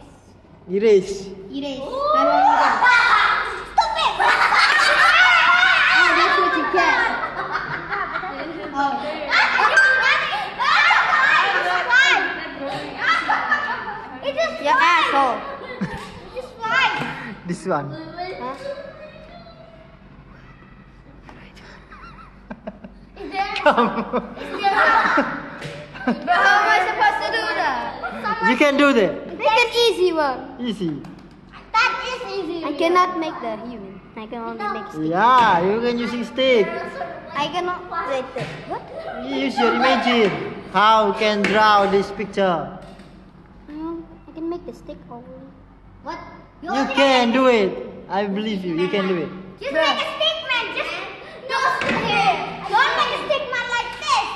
Speaker 3: Erase.
Speaker 1: Erase.
Speaker 2: Oh, that's what you get. You're asshole.
Speaker 3: This one. Come.
Speaker 2: But how am I supposed to do that?
Speaker 3: you can do that.
Speaker 2: Make an easy one.
Speaker 3: Easy.
Speaker 1: That is easy.
Speaker 2: I cannot make the human. I can only make.
Speaker 3: Yeah, you can using stick.
Speaker 2: I cannot. Wait, wait. What?
Speaker 3: Use your imagine. How you can draw this picture?
Speaker 2: Um, I can make the stick over.
Speaker 1: What?
Speaker 3: You can do it. I believe you. You can do it.
Speaker 1: Just make a statement. Just don't sit here. Don't make a statement like this.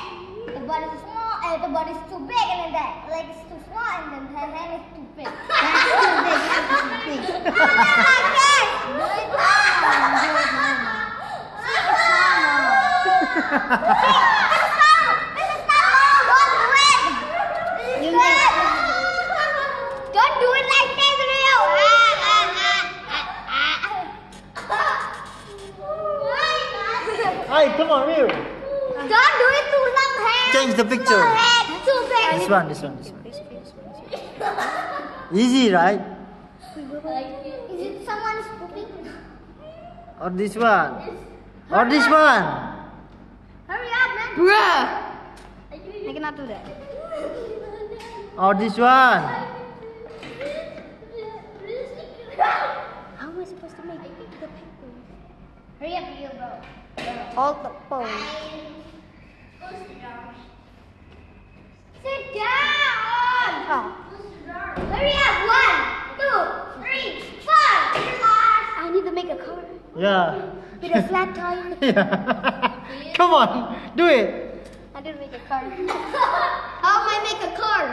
Speaker 1: The butt is small and the butt is too big and then that leg is too small and then the hand is too big. That's too big. That's too big. Don't do it like this, Rio. Ah, ah, ah, ah, ah.
Speaker 3: Hey, come on, real.
Speaker 1: Don't do it too long hand.
Speaker 3: Change the picture.
Speaker 1: Long hand, too big.
Speaker 3: This one. This one. This one. Easy, right?
Speaker 1: Is it someone's pooping?
Speaker 3: Or this one? Or this one?
Speaker 1: Hurry up, man.
Speaker 2: Bruh. I cannot do that.
Speaker 3: Or this one?
Speaker 2: How am I supposed to make the people?
Speaker 1: Hurry up, you bro.
Speaker 2: All the bones.
Speaker 1: Sit down.
Speaker 2: Oh,
Speaker 1: Hurry up. One, two, three, four.
Speaker 2: I need to make a car
Speaker 3: Yeah.
Speaker 2: with a flat tire.
Speaker 3: yeah. come on, do it.
Speaker 2: I didn't make a car.
Speaker 1: How am I make a car?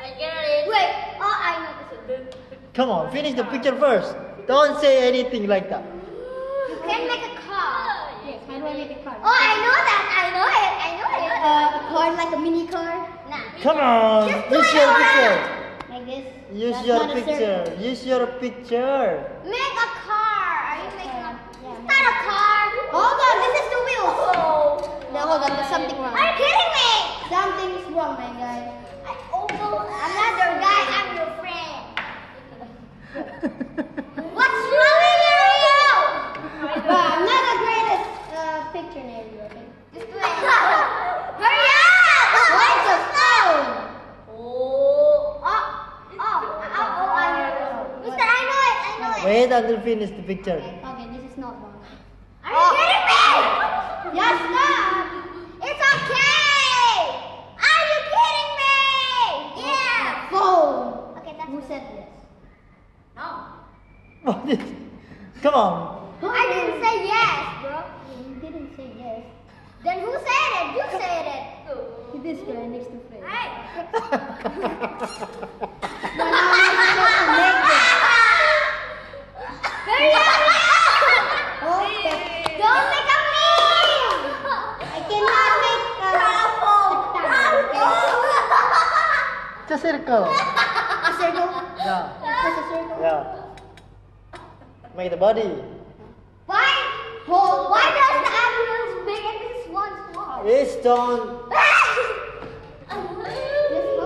Speaker 4: I get it.
Speaker 1: Wait. Oh, I know this one.
Speaker 3: Come on, finish the picture first. Don't say anything like that.
Speaker 1: You can make a car.
Speaker 2: Yes, how do I make a car?
Speaker 1: Oh, I know that. I know it. I know it.
Speaker 2: Uh, a car like a mini car.
Speaker 1: nah.
Speaker 3: Come on,
Speaker 1: Just do
Speaker 3: use
Speaker 1: it
Speaker 3: your
Speaker 1: all
Speaker 3: picture.
Speaker 2: Like this.
Speaker 3: Use
Speaker 2: That's
Speaker 3: your
Speaker 2: not a circle.
Speaker 3: picture. Use your picture.
Speaker 1: Make a car. Are you making a
Speaker 2: Yeah, Oh.
Speaker 1: It's not a car. Hold on, this is the wheels.
Speaker 2: No, hold on. There's something wrong.
Speaker 1: Are you kidding me?
Speaker 2: Something is wrong, my guy.
Speaker 1: I open. I'm not your guy. I'm your friend. What's wrong with you?
Speaker 2: But I'm not the greatest uh, picture name. Okay?
Speaker 1: Just do it. Hurry up! Why so slow? Oh. Oh. Oh. Oh. Oh. I know. Mister, I know it. I know it.
Speaker 3: Wait until finish the picture.
Speaker 2: Okay, this is not wrong.
Speaker 1: Are you kidding me?
Speaker 2: Yes,
Speaker 1: It's okay. Are you kidding me? Yeah.
Speaker 2: Phone.
Speaker 1: Okay, that's
Speaker 2: Who said yes?
Speaker 1: No.
Speaker 3: What is- come on.
Speaker 1: I didn't say yes, bro.
Speaker 2: You didn't say yes.
Speaker 1: Then who said it? You said it.
Speaker 2: This guy next to Fred.
Speaker 1: Alright. Hurry up!
Speaker 2: Oh, Okay.
Speaker 1: Don't make a meme! I cannot make a Bravo!
Speaker 3: The circle.
Speaker 2: A circle.
Speaker 3: Yeah.
Speaker 2: Press a circle.
Speaker 3: Yeah. Make the body.
Speaker 1: Why? Why does the ambulance big and this one small?
Speaker 3: It's done.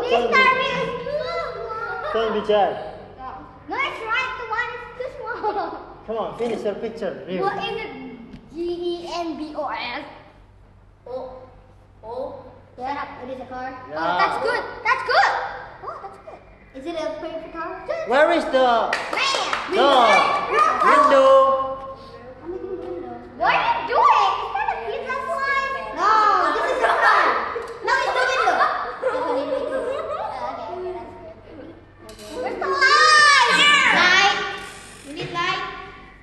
Speaker 1: Mr. Mills,
Speaker 3: Turn
Speaker 1: too small.
Speaker 3: picture.
Speaker 1: No, it's right. The one is too small.
Speaker 3: Come on, finish your picture. Real.
Speaker 1: What is it? G E N B O S.
Speaker 4: Oh. Oh.
Speaker 1: Shut up. It is a car. Oh,
Speaker 3: Yeah.
Speaker 1: that's good. That's good. Oh, that's good. Is it a paper car? Good.
Speaker 3: Where is the
Speaker 1: Man.
Speaker 3: No.
Speaker 1: No.
Speaker 3: window?
Speaker 1: What are you doing? Is that a pizza slice? No, this is a car. No, it's the window. Okay, okay, that's good. Where's the light? Light. We need light.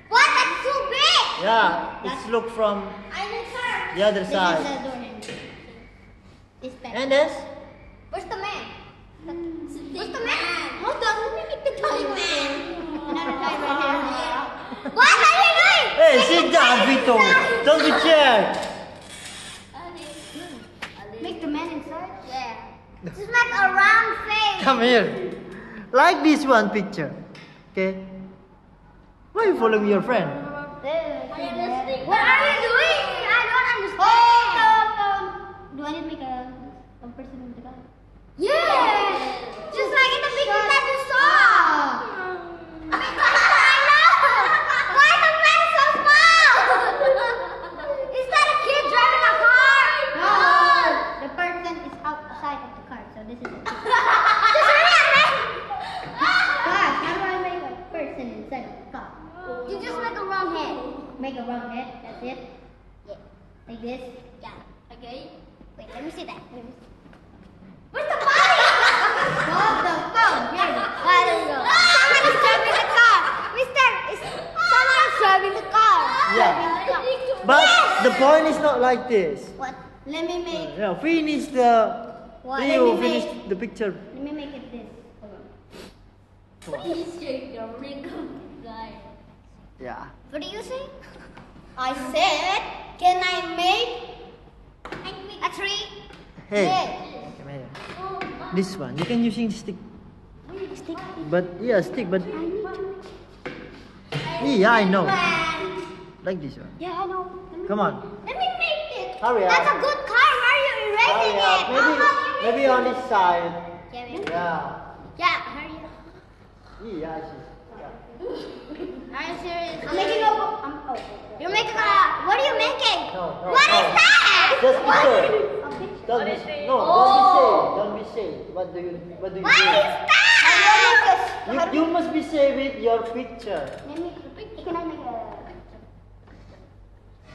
Speaker 1: What? That's too big.
Speaker 3: Yeah, it's look from
Speaker 1: I need her.
Speaker 3: the other
Speaker 2: This is
Speaker 3: side.
Speaker 2: a door handle. This back.
Speaker 3: And this?
Speaker 1: Where's the man? Where's the man? Hold on, let me make the toy man.
Speaker 2: Another guy right here.
Speaker 1: What are you doing?
Speaker 3: Hey, sit down, Vito. Don't be scared.
Speaker 1: Ali. Ali.
Speaker 2: Make the man inside? Yeah. Just like a round face.
Speaker 3: Come here. Like this one picture. Okay? Why you following your friend?
Speaker 2: What are you doing? I don't understand.
Speaker 1: Do I need to make a one person with the guy?
Speaker 2: Yeah. Just like in the picture that you saw. I know. Why is the man so small? Is that a kid driving a car?
Speaker 1: The person is outside of the car, so this is it.
Speaker 2: Just hurry up, man.
Speaker 1: Guys, how do I make a person inside of the car?
Speaker 2: You just make a wrong hand.
Speaker 1: Make a round head, that's it?
Speaker 2: Yeah.
Speaker 1: Like this?
Speaker 2: Yeah. Okay. Wait, let me see that. Let me see. Where's the body?
Speaker 1: Hold the phone! Here.
Speaker 2: I don't know. Someone is driving the car. Mister, is someone is driving the car?
Speaker 3: Yeah. But the point is not like this.
Speaker 2: What?
Speaker 1: Let me make
Speaker 3: Yeah, finish the.
Speaker 1: What?
Speaker 3: Leo,
Speaker 1: Let me
Speaker 3: finish the picture.
Speaker 1: let me make it this. Hold on.
Speaker 6: Please take the ring of guy.
Speaker 3: Yeah.
Speaker 2: What do you say?
Speaker 1: I said can I make
Speaker 2: A tree.
Speaker 3: Hey. Come here. This one. You can using stick.
Speaker 2: Stick.
Speaker 3: But yeah, stick. But yeah, I know.
Speaker 2: Man.
Speaker 3: Like this one.
Speaker 2: Yeah, I know.
Speaker 3: Come on.
Speaker 2: Let me make it.
Speaker 3: Hurry
Speaker 2: That's
Speaker 3: up.
Speaker 2: a good car. Why are you erasing
Speaker 1: Oh,
Speaker 2: it? How come you
Speaker 3: maybe on this side.
Speaker 2: Yeah, maybe.
Speaker 3: Yeah.
Speaker 2: Yeah, hurry up.
Speaker 3: Yeah.
Speaker 2: Are you serious? I'm making a. I'm, oh, you're making a. What are you making?
Speaker 3: No, no,
Speaker 2: What
Speaker 3: no.
Speaker 2: is that?
Speaker 3: Just
Speaker 2: what?
Speaker 3: picture.
Speaker 2: A picture.
Speaker 3: Don't be, no, don't be safe. Don't be safe. What do you what do you
Speaker 2: What is
Speaker 3: do?
Speaker 2: that?
Speaker 3: You, you must be safe with your picture.
Speaker 2: Let me. Can I make a?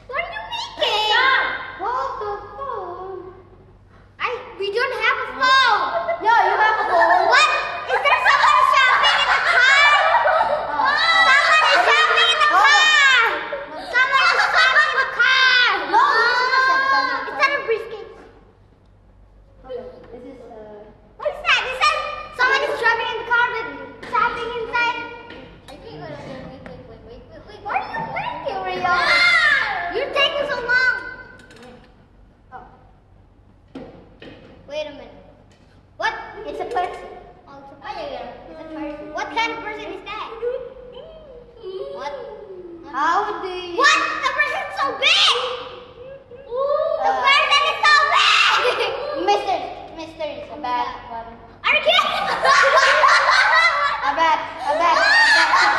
Speaker 2: What are you making? Hold the phone. I. We don't have a phone. No, you have a phone. What? Is there someone shopping in the car? Someone is shopping in the car. Someone is shopping in the car. No. Is that a briefcase?
Speaker 1: this is uh
Speaker 2: What is that? Is that someone is driving in the car with something inside? What are you making, Rio?
Speaker 1: Ah!
Speaker 2: You're taking so long. Oh. Wait a minute. What? It's a person. Oh, it's a person. It's a person. What kind of person is that? What?
Speaker 1: how do you
Speaker 2: What? The person's so big! The
Speaker 1: Uh,
Speaker 2: person is so big!
Speaker 1: Mister Mister is a bad one.
Speaker 2: Are you kidding?
Speaker 1: A bad a bad a bad picture.
Speaker 2: A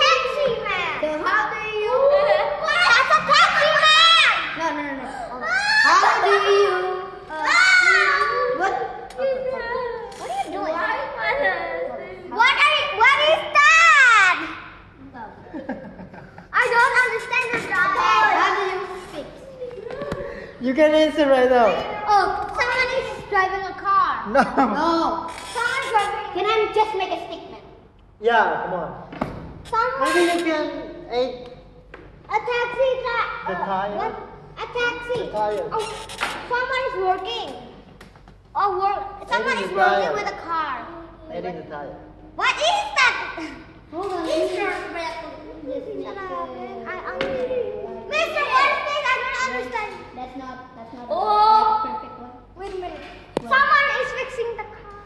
Speaker 2: taxi man.
Speaker 1: So how do you
Speaker 2: What? That's a taxi man.
Speaker 1: No no no no. Hold on. How do you
Speaker 2: Ah!
Speaker 1: what
Speaker 2: What are you doing? What are you, what is that? I don't understand the
Speaker 1: how
Speaker 2: drawing.
Speaker 1: do you fix?
Speaker 3: You can answer right now.
Speaker 2: Oh, someone is driving a car.
Speaker 3: No.
Speaker 1: No.
Speaker 2: Someone driving. Can I just make a statement?
Speaker 3: Yeah, come on.
Speaker 2: Someone.
Speaker 3: Maybe you can aid
Speaker 2: A taxi car.
Speaker 3: The
Speaker 2: uh,
Speaker 3: tire.
Speaker 2: What? A taxi.
Speaker 3: The tire.
Speaker 2: Oh, someone is working. Oh, work. Someone
Speaker 3: the
Speaker 2: is working
Speaker 3: tire.
Speaker 2: with a car.
Speaker 3: aiding the tire.
Speaker 2: What is that?
Speaker 1: Hold on.
Speaker 2: Shut up, man. I understand. Mister, what is this? I don't understand.
Speaker 1: That's not that's not
Speaker 2: Oh.
Speaker 1: a perfect one.
Speaker 2: Wait a minute. Someone is fixing the car.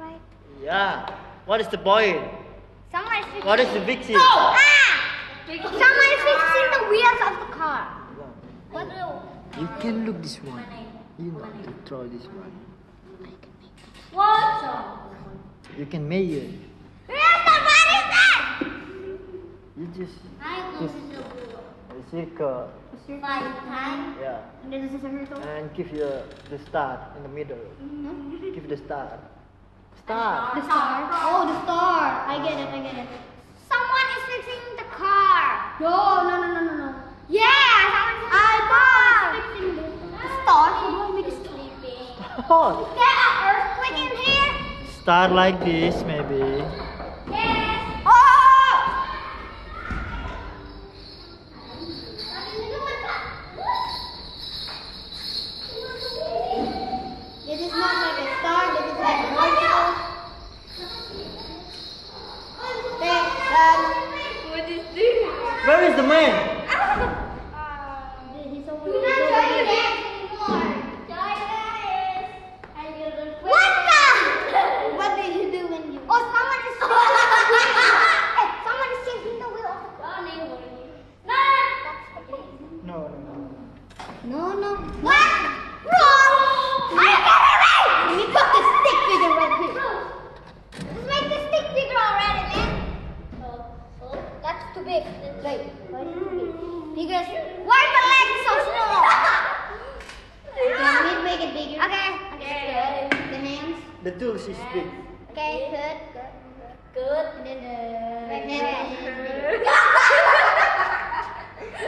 Speaker 2: Right.
Speaker 3: Yeah. What is the point?
Speaker 2: Someone is fixing.
Speaker 3: What is the big deal?
Speaker 2: Oh, ah! Someone is fixing the wheels of the car. What?
Speaker 3: You can look this one. You want to draw this one.
Speaker 6: What?
Speaker 3: You can measure.
Speaker 2: Mister, what is that?
Speaker 3: You just uh,
Speaker 1: I
Speaker 3: go to a circle.
Speaker 1: Five times.
Speaker 3: Yeah.
Speaker 1: And this is a circle.
Speaker 3: And give your the star in the middle. Give the star. Star.
Speaker 1: The star. Oh, the star. I get it. I get it.
Speaker 2: Someone is fixing the car.
Speaker 1: No, no, no, no, no, no.
Speaker 2: Yeah, someone is fixing the car.
Speaker 1: Fixing the
Speaker 2: Star.
Speaker 1: make a star.
Speaker 3: Oh.
Speaker 2: Is there an earthquake in here?
Speaker 3: Star like this maybe.
Speaker 2: Yes. Oh!
Speaker 1: This is not like a star. This is like a circle. Thanks,
Speaker 6: What is this?
Speaker 3: Where is the man?
Speaker 1: He's over there. No, no. What? Wrong! I got it right! Let me put the stick figure right here. Let's make the stick figure already, man. Oh, That's too big. Wait, why is it too big? Because, why my leg is so small? okay, let me make it bigger. Okay. Okay. The hands.
Speaker 3: The tools is big.
Speaker 1: Okay, good. Good. And then the right hand.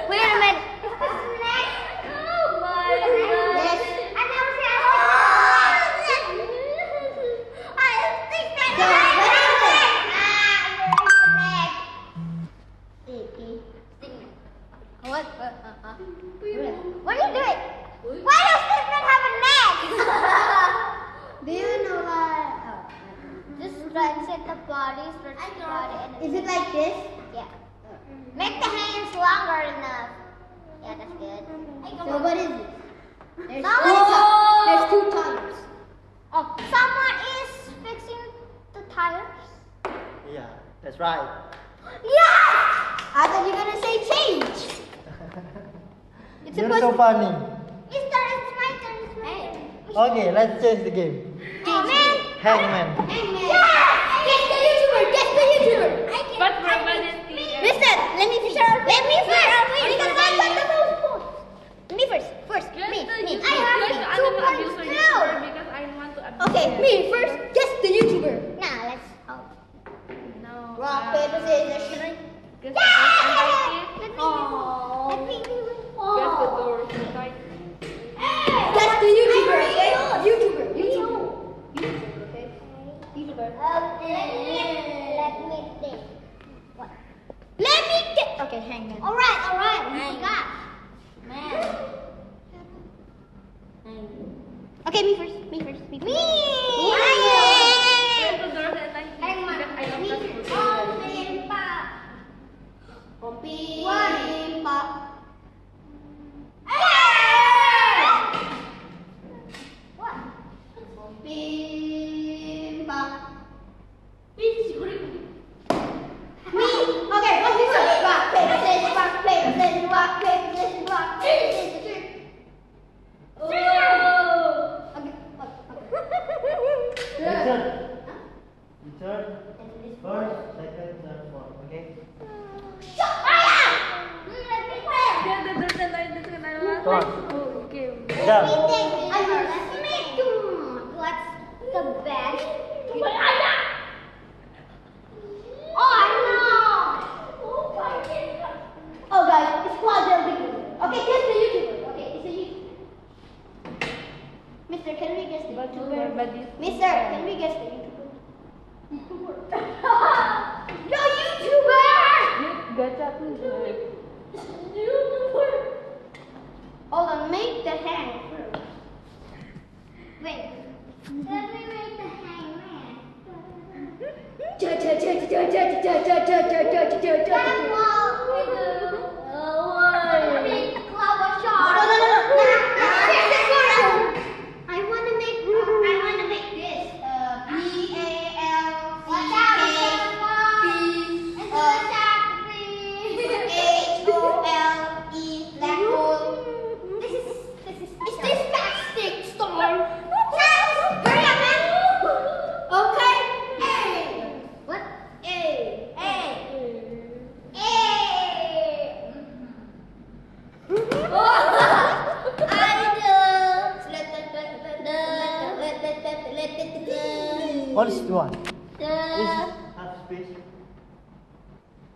Speaker 1: Wait a minute. Oh my yes. I never said I think that so, what is it?
Speaker 2: Ah!
Speaker 1: What? What are you doing? Why does this man have a neck? Do you know what? Just stretch the body, stretch the body. And
Speaker 2: Is it like this?
Speaker 1: yeah. Make the hands longer enough. Yeah, that's good.
Speaker 2: So what is it? There's,
Speaker 1: Someone
Speaker 2: two
Speaker 1: is-
Speaker 2: ti- there's two tires.
Speaker 1: Oh, someone is fixing the tires.
Speaker 3: Yeah, that's right.
Speaker 1: Yes!
Speaker 2: I thought you were gonna say change.
Speaker 1: It's
Speaker 3: You're so funny.
Speaker 1: It's turn, it's my turn, it's my turn.
Speaker 3: Okay, let's change the game.
Speaker 1: Oh, man.
Speaker 3: Hangman.
Speaker 1: Yes! Guess the YouTuber, guess the YouTuber. I can.
Speaker 4: But Ramanathan.
Speaker 1: Listen, let me see. Let me first. Because I got the most points. Me first. First.
Speaker 4: Guess
Speaker 1: me.
Speaker 4: the
Speaker 1: Me. I
Speaker 4: YouTuber,
Speaker 1: have
Speaker 4: guess the animal abuser
Speaker 1: two
Speaker 4: YouTuber
Speaker 1: points.
Speaker 4: because I want to abuse
Speaker 1: No. Okay,
Speaker 4: them.
Speaker 1: me first. Guess the YouTuber. Now let's. Oh.
Speaker 4: No.
Speaker 1: Rock,
Speaker 4: uh,
Speaker 1: paper, scissors, shoot.
Speaker 4: Guess the
Speaker 1: Yeah!
Speaker 4: door.
Speaker 1: Let me do it. Let me do it.
Speaker 4: Guess the door. is tight.
Speaker 1: That's the YouTuber. okay? YouTuber. YouTuber. YouTuber. Okay. Let me think. What? Let me get. Okay, hang on. All right, all right. Hang on. Man. Okay, me first. Me first. Me. Me.
Speaker 4: Guess the door is tight. Because I love that food.
Speaker 3: Return. Return. First, second, third, fourth. Okay.
Speaker 4: Guess the door is tight. Because I love
Speaker 3: Go
Speaker 4: that
Speaker 3: on.
Speaker 4: food. Okay.
Speaker 3: Down.
Speaker 1: What's the best? Oh, no! Oh, my God.
Speaker 2: Oh guys, it's quadrillion. Okay, guess the YouTuber. Okay, it's a YouTuber. Mister, can we guess the
Speaker 4: But you
Speaker 2: YouTuber?
Speaker 4: were but this
Speaker 2: Mister, can we guess the YouTuber?
Speaker 1: No, YouTuber!
Speaker 4: you gacha tuh.
Speaker 2: Hold on, make the hand first.
Speaker 1: Wait. Let me make the hangman. That wall with the- I mean, clover shark.
Speaker 2: No, no, no, no.
Speaker 1: Nah, nah, this is what I- I wanna make, uh, I wanna make this, uh, Watch out, someone. It's a shark, please. This is this is it's this plastic storm. Hurry up, man. Okay. A. What? A. A. A.
Speaker 3: What is the one? Is
Speaker 1: The
Speaker 3: half space.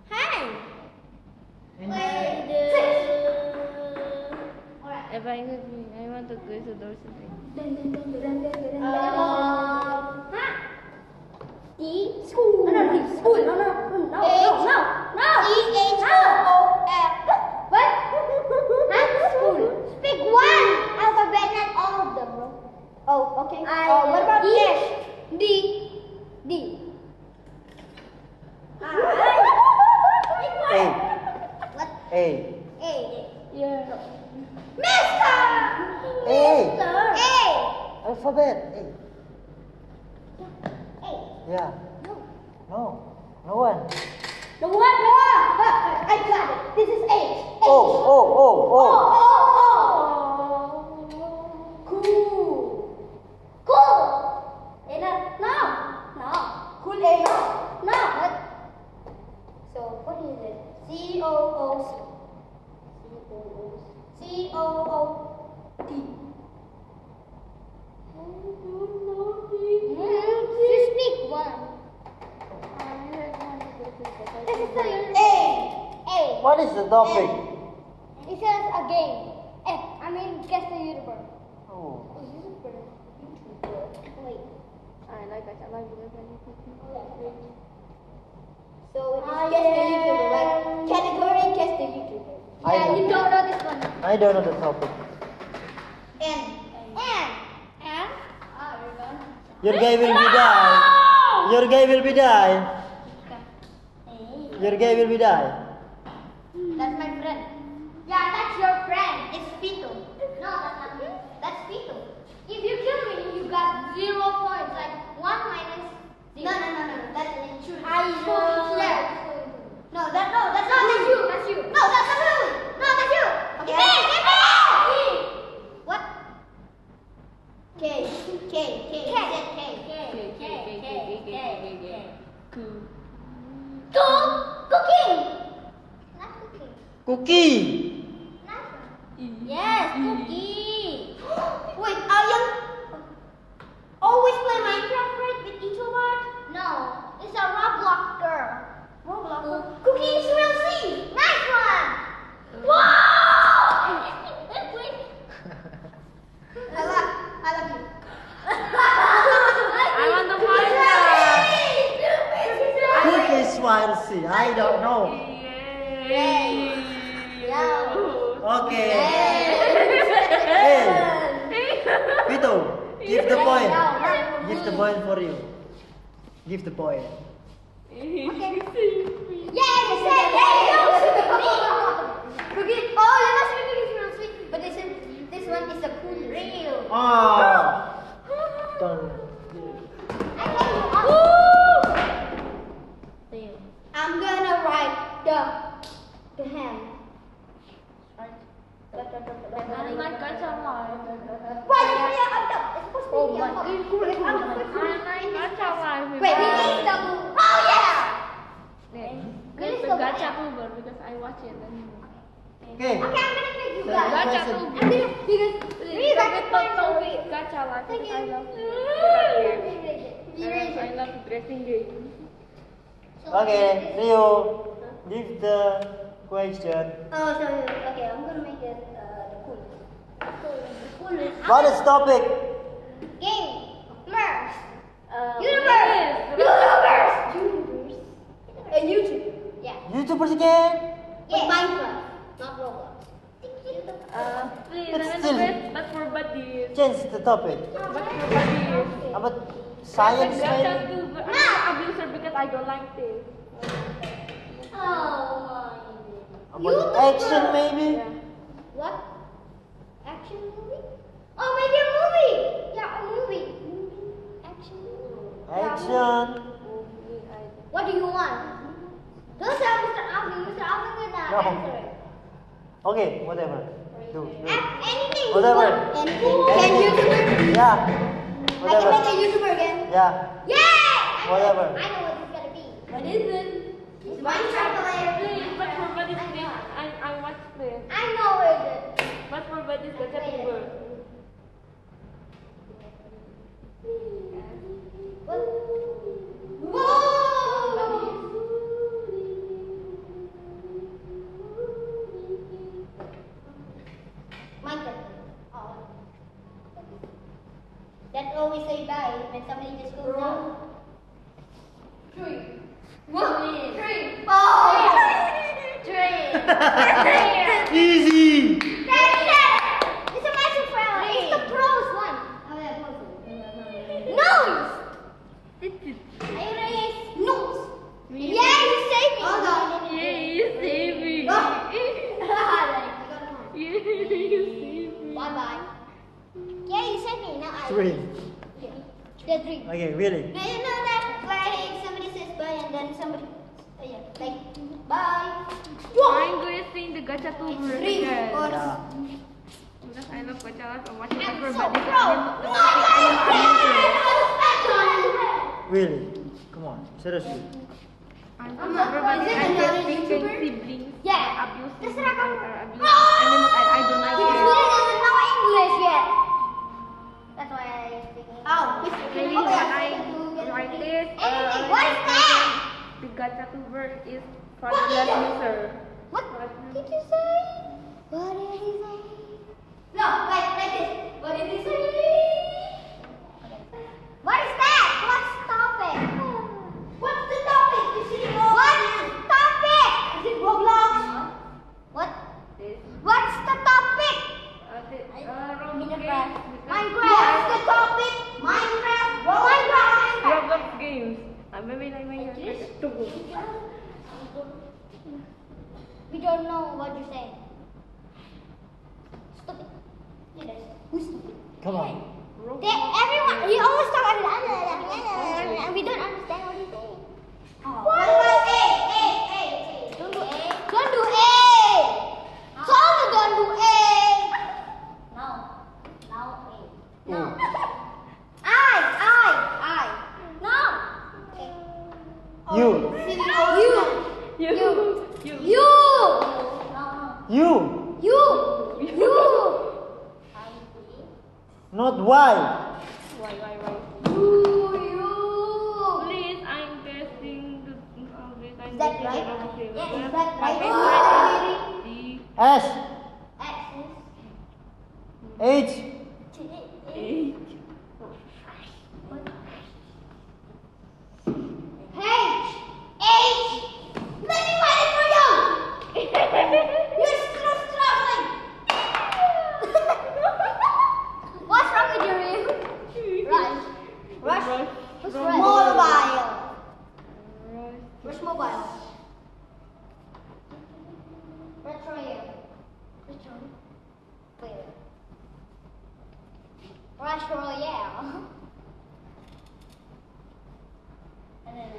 Speaker 1: hang.
Speaker 3: And
Speaker 4: If I could, I want to go to door something.
Speaker 1: Um, huh? D.
Speaker 2: No, no, no, school. No, no, no, no, no, no.
Speaker 1: no. D-H-O-O-L. What? Not school. Pick one alphabet, not all of them, bro.
Speaker 2: Oh, okay.
Speaker 1: I-
Speaker 2: Oh, what about
Speaker 1: D.
Speaker 2: this?
Speaker 1: D. D.
Speaker 3: A.
Speaker 1: What?
Speaker 3: A.
Speaker 1: A.
Speaker 4: Yeah.
Speaker 1: Mister!
Speaker 3: A.
Speaker 1: A.
Speaker 3: Alphabet. A.
Speaker 1: A.
Speaker 3: Yeah. No. No one.
Speaker 1: The Uh, one more. I got it. This is H.
Speaker 3: Oh, oh, oh,
Speaker 1: Oh,
Speaker 3: oh.
Speaker 1: oh, Mm-hmm. Oh,
Speaker 3: the topic.
Speaker 1: It says a game. Eh, I mean, guess the YouTuber.
Speaker 3: Oh.
Speaker 1: YouTuber. YouTuber. Wait.
Speaker 4: I like that. I like that.
Speaker 1: So it is guess the YouTuber, right? Category guess the YouTuber.
Speaker 3: I
Speaker 1: yeah,
Speaker 3: know.
Speaker 1: you don't know this one.
Speaker 3: I don't know the topic.
Speaker 1: And and and. Ah, we're done.
Speaker 3: Your guy will be
Speaker 1: Oh!
Speaker 3: die. Your guy will be die. Your guy will be die.
Speaker 1: That's my friend. Yeah, that's your friend. It's Fito. No, that's not me. That's Fito. If you kill me, you got zero points. Like one minus zero. No, no, no, no. That's an intruder. I know. No, that no, that's not that's you. That's you. No, that's not you. No, that's you. Okay. Give me, give me. What? K, K, K, K, K, K, K, K, K, K. Cook, cooking. Not cooking.
Speaker 3: Cookie.
Speaker 1: Yes, cookie. Wait, are you always play Minecraft right with introvert? No, it's a Roblox girl. Roblox girl. Cookie is real C. Nice one. Wow. I love, I love you. I
Speaker 4: want the Minecraft.
Speaker 3: Cookie is spicy. I don't know.
Speaker 4: Yay!
Speaker 1: Yeah.
Speaker 3: Okay. Hey, Vito, give the point. Give the point for you. Give the point.
Speaker 1: Yeah, they said hey, don't shoot me. Cookie. Oh, you're not shooting this one, sweet. But this is this one is a cool real.
Speaker 3: Oh. Don't.
Speaker 1: I tell you, I'm- I'm gonna write the the hand. Why did you be up top? It's supposed to
Speaker 4: Oh
Speaker 1: be up top. It's on the first one. Wait, we need the oh yeah.
Speaker 4: Guys, the gacha Uber because I watch it. and-
Speaker 3: Okay.
Speaker 1: Okay, I'm gonna make you
Speaker 3: The
Speaker 1: guys.
Speaker 4: Gacha
Speaker 3: Gacha
Speaker 4: Uber.
Speaker 1: I'm gonna because we
Speaker 4: The
Speaker 1: got the point
Speaker 4: gacha
Speaker 1: for
Speaker 4: Uber, gacha life because I love it.
Speaker 1: it.
Speaker 4: I love dressing game.
Speaker 3: Okay, Rio, give the question.
Speaker 1: Oh, so okay, I'm gonna make it uh, the coolest. The coolest.
Speaker 3: What is topic?
Speaker 1: Game. Merge.
Speaker 4: Uh,
Speaker 1: Universe. Universe. Universe. A YouTube. Yeah.
Speaker 3: YouTubers again?
Speaker 1: But Minecraft, not Roblox. Oh,
Speaker 4: Uh, please,
Speaker 3: But
Speaker 4: I'm
Speaker 3: still-
Speaker 4: best, but for buddies.
Speaker 3: Change the topic.
Speaker 4: But for buddies.
Speaker 3: About science
Speaker 4: gacha
Speaker 3: maybe?
Speaker 4: Uber. I'm not abuser because I don't like this.
Speaker 1: Oh my.
Speaker 3: About
Speaker 1: YouTuber.
Speaker 3: action maybe?
Speaker 1: What? Action movie? Oh, maybe a movie. Yeah, a movie. Action movie.
Speaker 3: Action.
Speaker 1: What do you want? Don't say Mr. Alvin. Mr. Alvin will not
Speaker 3: No.
Speaker 1: answer it.
Speaker 3: Okay, whatever. Do, do.
Speaker 1: Act- Anything.
Speaker 3: Whatever.
Speaker 1: Anything. Can YouTuber?
Speaker 3: Yeah.
Speaker 1: I can
Speaker 3: Whatever.
Speaker 1: make a YouTuber again.
Speaker 3: Yeah.
Speaker 1: Yeah! I know-
Speaker 3: Whatever.
Speaker 1: I know what it's gonna be. What is it? It's Minecraft
Speaker 4: Please,
Speaker 1: player.
Speaker 4: but for buddies, please. I, I watch this.
Speaker 1: I know what it is.
Speaker 4: But for buddies, gacha Uber.
Speaker 1: What? Whoa! Minecraft. Oh. That's always say bye when somebody just goes down. Three. One. Three. Oh! Three. Three.
Speaker 3: Easy.
Speaker 1: It's a magic round. It's the pros one. Nose. Iris. Nose. Yeah, you saved me. Hold on.
Speaker 4: Yay, save me.
Speaker 1: Ah.
Speaker 4: Yay, save me.
Speaker 1: bye bye. Yeah, you saved me. Now I.
Speaker 3: Three.
Speaker 1: The three.
Speaker 3: Okay, really.
Speaker 1: Do you know that like somebody says bye and then somebody uh, yeah, like bye.
Speaker 4: I'm going to sing the gacha Uber
Speaker 1: Three
Speaker 4: again.
Speaker 1: or
Speaker 3: Yeah.
Speaker 4: Because I love gacha life. I watch it
Speaker 1: I'm
Speaker 4: for
Speaker 1: so
Speaker 4: buddies.
Speaker 1: pro. No, I got it.
Speaker 3: Really. Come on. Seriously.
Speaker 4: I'm
Speaker 1: I'm
Speaker 4: I'm
Speaker 1: not
Speaker 4: not everybody.
Speaker 1: poison, I'm
Speaker 4: I just
Speaker 1: not a
Speaker 4: think
Speaker 1: YouTuber.
Speaker 4: siblings
Speaker 1: Yeah.
Speaker 4: abuse
Speaker 1: Terserah
Speaker 4: siblings
Speaker 1: kamu.
Speaker 4: are abuse.
Speaker 1: Ah!
Speaker 4: And then I, I don't like
Speaker 1: Because
Speaker 4: it.
Speaker 1: we doesn't know English yet. That's why I think. Oh, if okay.
Speaker 4: Maybe when I write this,
Speaker 1: Anything.
Speaker 4: uh,
Speaker 1: What is that?
Speaker 4: the gacha Uber is for the user.
Speaker 1: What?
Speaker 4: What?
Speaker 1: Keep
Speaker 4: uh, Uh,
Speaker 1: We don't know what you're saying. Stupid. It is. Who's stupid?
Speaker 3: Come on.
Speaker 1: They, everyone, you always talk about it, and we don't understand what you're saying. What about A? A, A, A. Don't do A. Don't do A. Tell me don't do A. No. No A. No.
Speaker 3: Ooh.
Speaker 1: I, I, I. No. Okay.
Speaker 3: You.
Speaker 1: You. You. You. You. No.
Speaker 3: You.
Speaker 1: You. You.
Speaker 3: Not why.
Speaker 4: Why, why, why?
Speaker 1: You. You.
Speaker 4: Please, I'm guessing the uh, please, I'm
Speaker 1: Is that
Speaker 4: guessing
Speaker 1: right?
Speaker 4: the wrong flavor.
Speaker 1: Yeah, is
Speaker 4: But
Speaker 1: that
Speaker 4: my
Speaker 1: right?
Speaker 4: favorite is
Speaker 3: S.
Speaker 1: X.
Speaker 3: H.
Speaker 4: the egg.
Speaker 1: H H. Let me find it for you. You're still struggling. What's wrong with your ear? Rush. Rush.
Speaker 4: Rush.
Speaker 1: What's
Speaker 4: Rush.
Speaker 1: rush? Mobile.
Speaker 4: Rush.
Speaker 1: Rush mobile. Retro ear. Retro. Wait. Rush Royale. And then.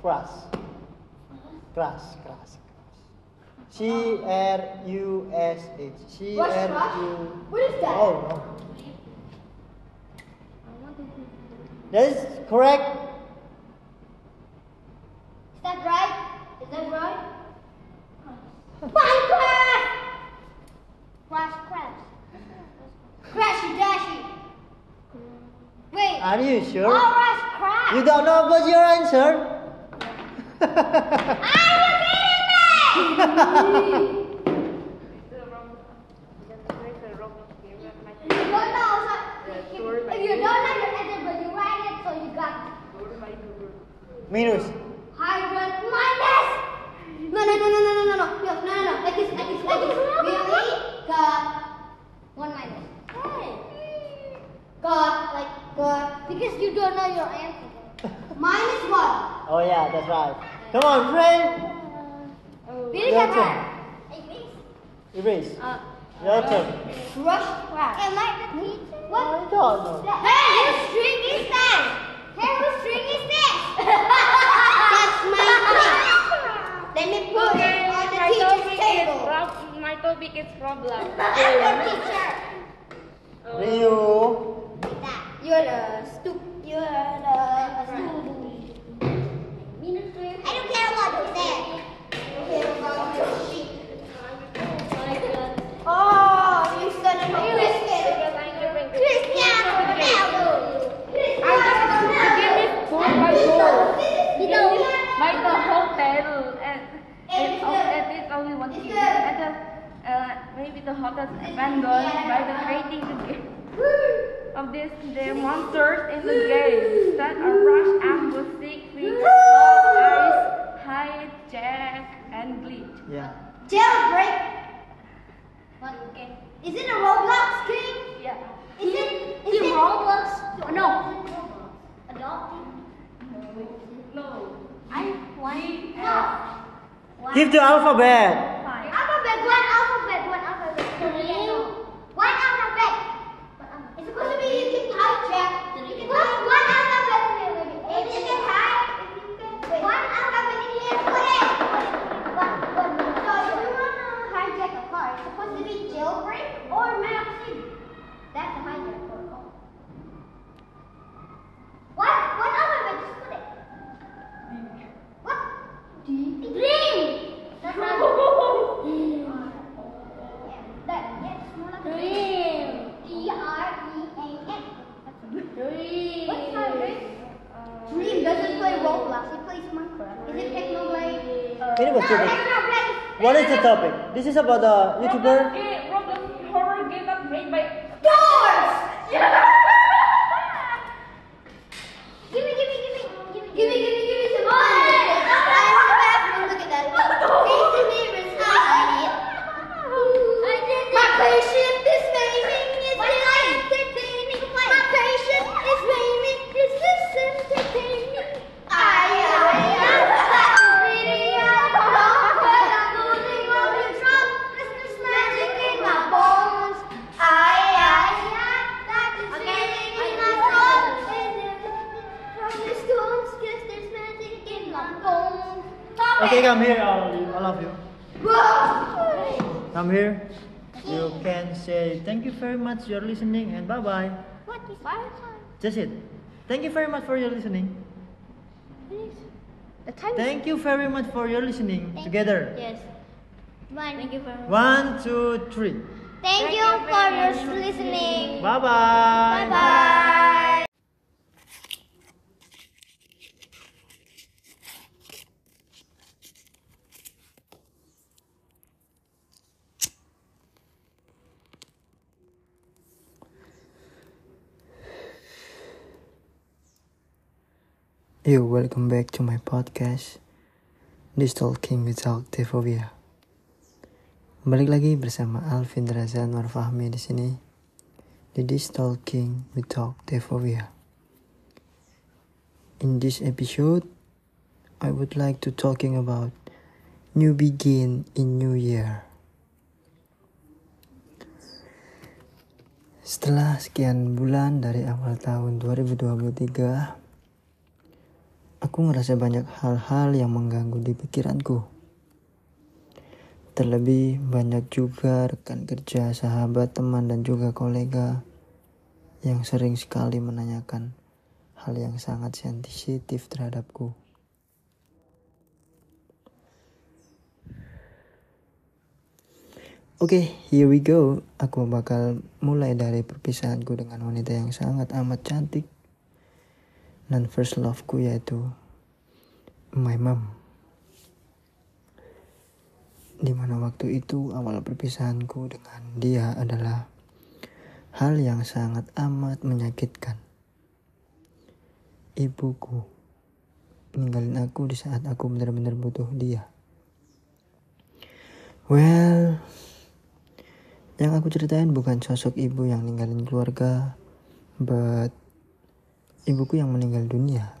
Speaker 3: Crush. Crush. Crush. C R U S H. C
Speaker 1: Rush,
Speaker 3: R
Speaker 1: rush?
Speaker 3: U.
Speaker 1: What is that?
Speaker 3: Oh no. That is correct.
Speaker 1: Is that right? Is that right? Minecraft! Crash, crash. Crashy, dashy. Wait.
Speaker 3: Are you sure?
Speaker 1: All right, crash.
Speaker 3: You don't know about your answer?
Speaker 1: Are you kidding me?
Speaker 4: It's the wrong. It's the wrong flavor. My
Speaker 1: If you don't know, so
Speaker 4: Yeah,
Speaker 1: if, you-
Speaker 4: sorry, my
Speaker 1: if you don't know your answer, but you write it, so you got
Speaker 4: favorite, my favorite.
Speaker 3: Minus.
Speaker 1: hundred minus. No, no, no, no, no, no, no, no, no, no, no, like this, like this, like this. We only got one minus. Got, like, got, because you don't know your answer. Minus one.
Speaker 3: Oh yeah, that's right. Come on, friend.
Speaker 1: Really
Speaker 3: Your
Speaker 1: got
Speaker 3: turn.
Speaker 1: right.
Speaker 3: Erase.
Speaker 4: Uh,
Speaker 3: Your turn.
Speaker 1: Rush crap. Am I the teacher?
Speaker 3: I
Speaker 1: What?
Speaker 3: don't know.
Speaker 1: Hey, whose string is that? Hey, whose string is this? That's my string. Let me put it on the
Speaker 4: My
Speaker 1: teacher's
Speaker 4: topic is
Speaker 1: table.
Speaker 4: prob- my topic is problem.
Speaker 1: I'm the teacher.
Speaker 4: Uh,
Speaker 3: Ryu.
Speaker 1: You're a stoop. You're a stoop. I don't care what you say. I don't care about your sheep. Oh, you son of a biscuit.
Speaker 4: because I'm giving it-
Speaker 1: Cristiano Ronaldo.
Speaker 4: I'm giving the game is four by four.
Speaker 1: You know,
Speaker 4: Like the hotel and it's, o- and it's only one game. And the, uh, maybe the hotel is abandoned by the creating the game of this the monsters in the game that are rush ambush seek things eyes hijack and glitch.
Speaker 3: Yeah.
Speaker 1: jailbreak.
Speaker 4: What game?
Speaker 1: Is it a Roblox stream?
Speaker 4: Yeah.
Speaker 1: Is it? Is it Roblox? No. Adult.
Speaker 4: No.
Speaker 1: I want. No.
Speaker 3: Give the alphabet.
Speaker 4: Fine.
Speaker 1: Alphabet, one alphabet, one alphabet. Three. One alphabet. It's supposed to be you can hijack. One, one alphabet. If you can hide, one alphabet in here, put it. One, one. So if you want to hijack a car, it's supposed to be jailbreak or map C. That's a hijack for a car. What? What alphabet? Just put it. What? D. Green. That's not. Dream. D R E A M. Dream. What's not dream? Dream doesn't play Roblox. It plays Minecraft. Is it Technoblade? Uh,
Speaker 3: It was
Speaker 1: no,
Speaker 3: stupid.
Speaker 1: Technoblade.
Speaker 3: What is the topic? This is about a
Speaker 4: Roblox
Speaker 3: YouTuber.
Speaker 4: game, Roblox horror game that's made by
Speaker 1: Doors.
Speaker 4: Yeah.
Speaker 1: Give me, give me, give me, give me, give me, give me, give me some more. I'm in the bathroom. Look at that. Face the mirrors. I did it. My patient is maiming. It's entertaining. My patient is maiming. It's entertaining. I, I, I. Video.
Speaker 7: Okay, come here, all of you. All of you. Come here. You can say thank you very much. You're listening and bye bye.
Speaker 1: What is that?
Speaker 7: That's it. Thank you very much for your listening.
Speaker 2: The time
Speaker 7: Thank you very much for your listening. Together.
Speaker 2: Yes.
Speaker 1: One. Thank you for,
Speaker 7: One, two, three.
Speaker 1: Thank you for your listening.
Speaker 7: Bye bye.
Speaker 1: Bye.
Speaker 3: Yo, welcome back to my podcast This Talking Without Devovia Balik lagi bersama Alvin Reza Nur Fahmi di sini Di This Talking Without Devovia In this episode I would like to talking about New Begin in New Year Setelah sekian bulan dari awal tahun 2023 aku ngerasa banyak hal-hal yang mengganggu di pikiranku. Terlebih banyak juga rekan kerja, sahabat, teman, dan juga kolega yang sering sekali menanyakan hal yang sangat sensitif terhadapku. Oke, here we go. Aku bakal mulai dari perpisahanku dengan wanita yang sangat amat cantik dan first loveku yaitu my mom. Dimana waktu itu awal perpisahanku dengan dia adalah hal yang sangat amat menyakitkan. Ibuku ninggalin aku di saat aku benar-benar butuh dia. Well, yang aku ceritain bukan sosok ibu yang ninggalin keluarga, but ibuku yang meninggal dunia.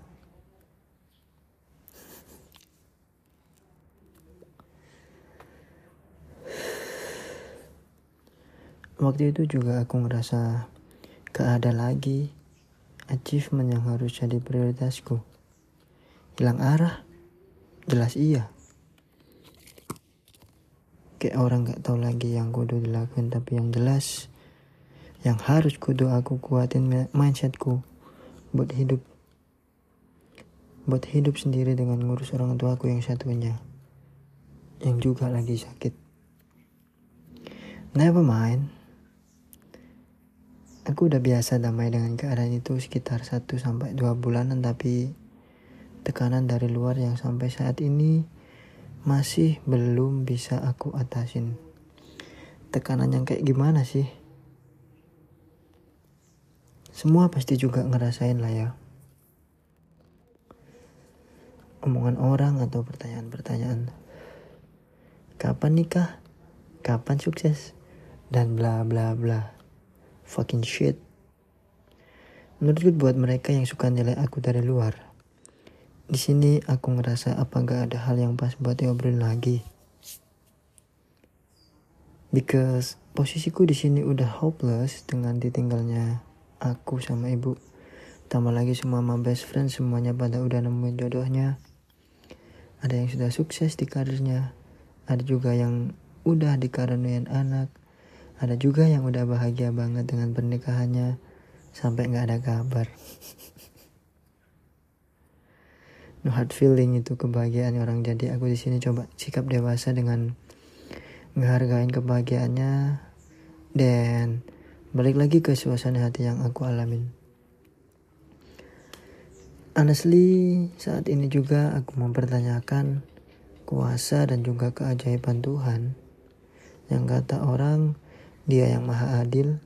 Speaker 3: Waktu itu juga aku ngerasa gak ada lagi achievement yang harus jadi prioritasku. Hilang arah? Jelas iya. Kayak orang gak tahu lagi yang kudu dilakuin tapi yang jelas yang harus kudu aku kuatin mi- mindsetku buat hidup buat hidup sendiri dengan ngurus orang tua aku yang satunya yang juga lagi sakit never mind aku udah biasa damai dengan keadaan itu sekitar 1 sampai 2 bulanan tapi tekanan dari luar yang sampai saat ini masih belum bisa aku atasin tekanan yang kayak gimana sih semua pasti juga ngerasain lah ya. Omongan orang atau pertanyaan-pertanyaan. Kapan nikah? Kapan sukses? Dan bla bla bla. Fucking shit. Menurutku buat mereka yang suka nilai aku dari luar. Di sini aku ngerasa apa gak ada hal yang pas buat diobrolin lagi. Because posisiku di sini udah hopeless dengan ditinggalnya aku sama ibu. Tambah lagi semua my best friend semuanya pada udah nemuin jodohnya. Ada yang sudah sukses di karirnya. Ada juga yang udah dikaruniain anak. Ada juga yang udah bahagia banget dengan pernikahannya. Sampai nggak ada kabar. no hard feeling itu kebahagiaan orang jadi aku di sini coba sikap dewasa dengan ngehargain kebahagiaannya dan balik lagi ke suasana hati yang aku alamin. Honestly, saat ini juga aku mempertanyakan kuasa dan juga keajaiban Tuhan. Yang kata orang, dia yang maha adil.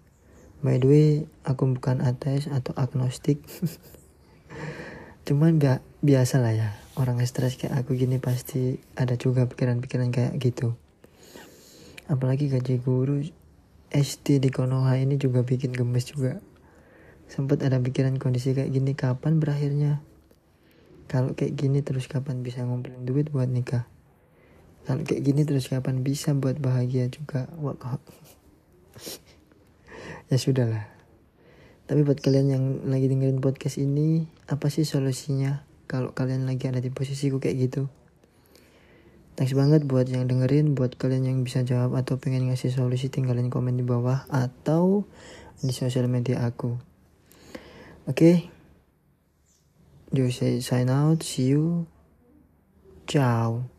Speaker 3: By the way, aku bukan ateis atau agnostik. Cuman gak biasa lah ya. Orang stres kayak aku gini pasti ada juga pikiran-pikiran kayak gitu. Apalagi gaji guru SD di Konoha ini juga bikin gemes juga. Sempat ada pikiran kondisi kayak gini kapan berakhirnya? Kalau kayak gini terus kapan bisa ngumpulin duit buat nikah? Kalau kayak gini terus kapan bisa buat bahagia juga? Wah, kok- ya sudahlah. Tapi buat kalian yang lagi dengerin podcast ini, apa sih solusinya kalau kalian lagi ada di posisiku kayak gitu?
Speaker 8: Thanks banget buat yang dengerin, buat kalian yang bisa jawab atau pengen ngasih solusi tinggalin komen di bawah atau di sosial media aku. Oke. You say sign out, see you. Ciao.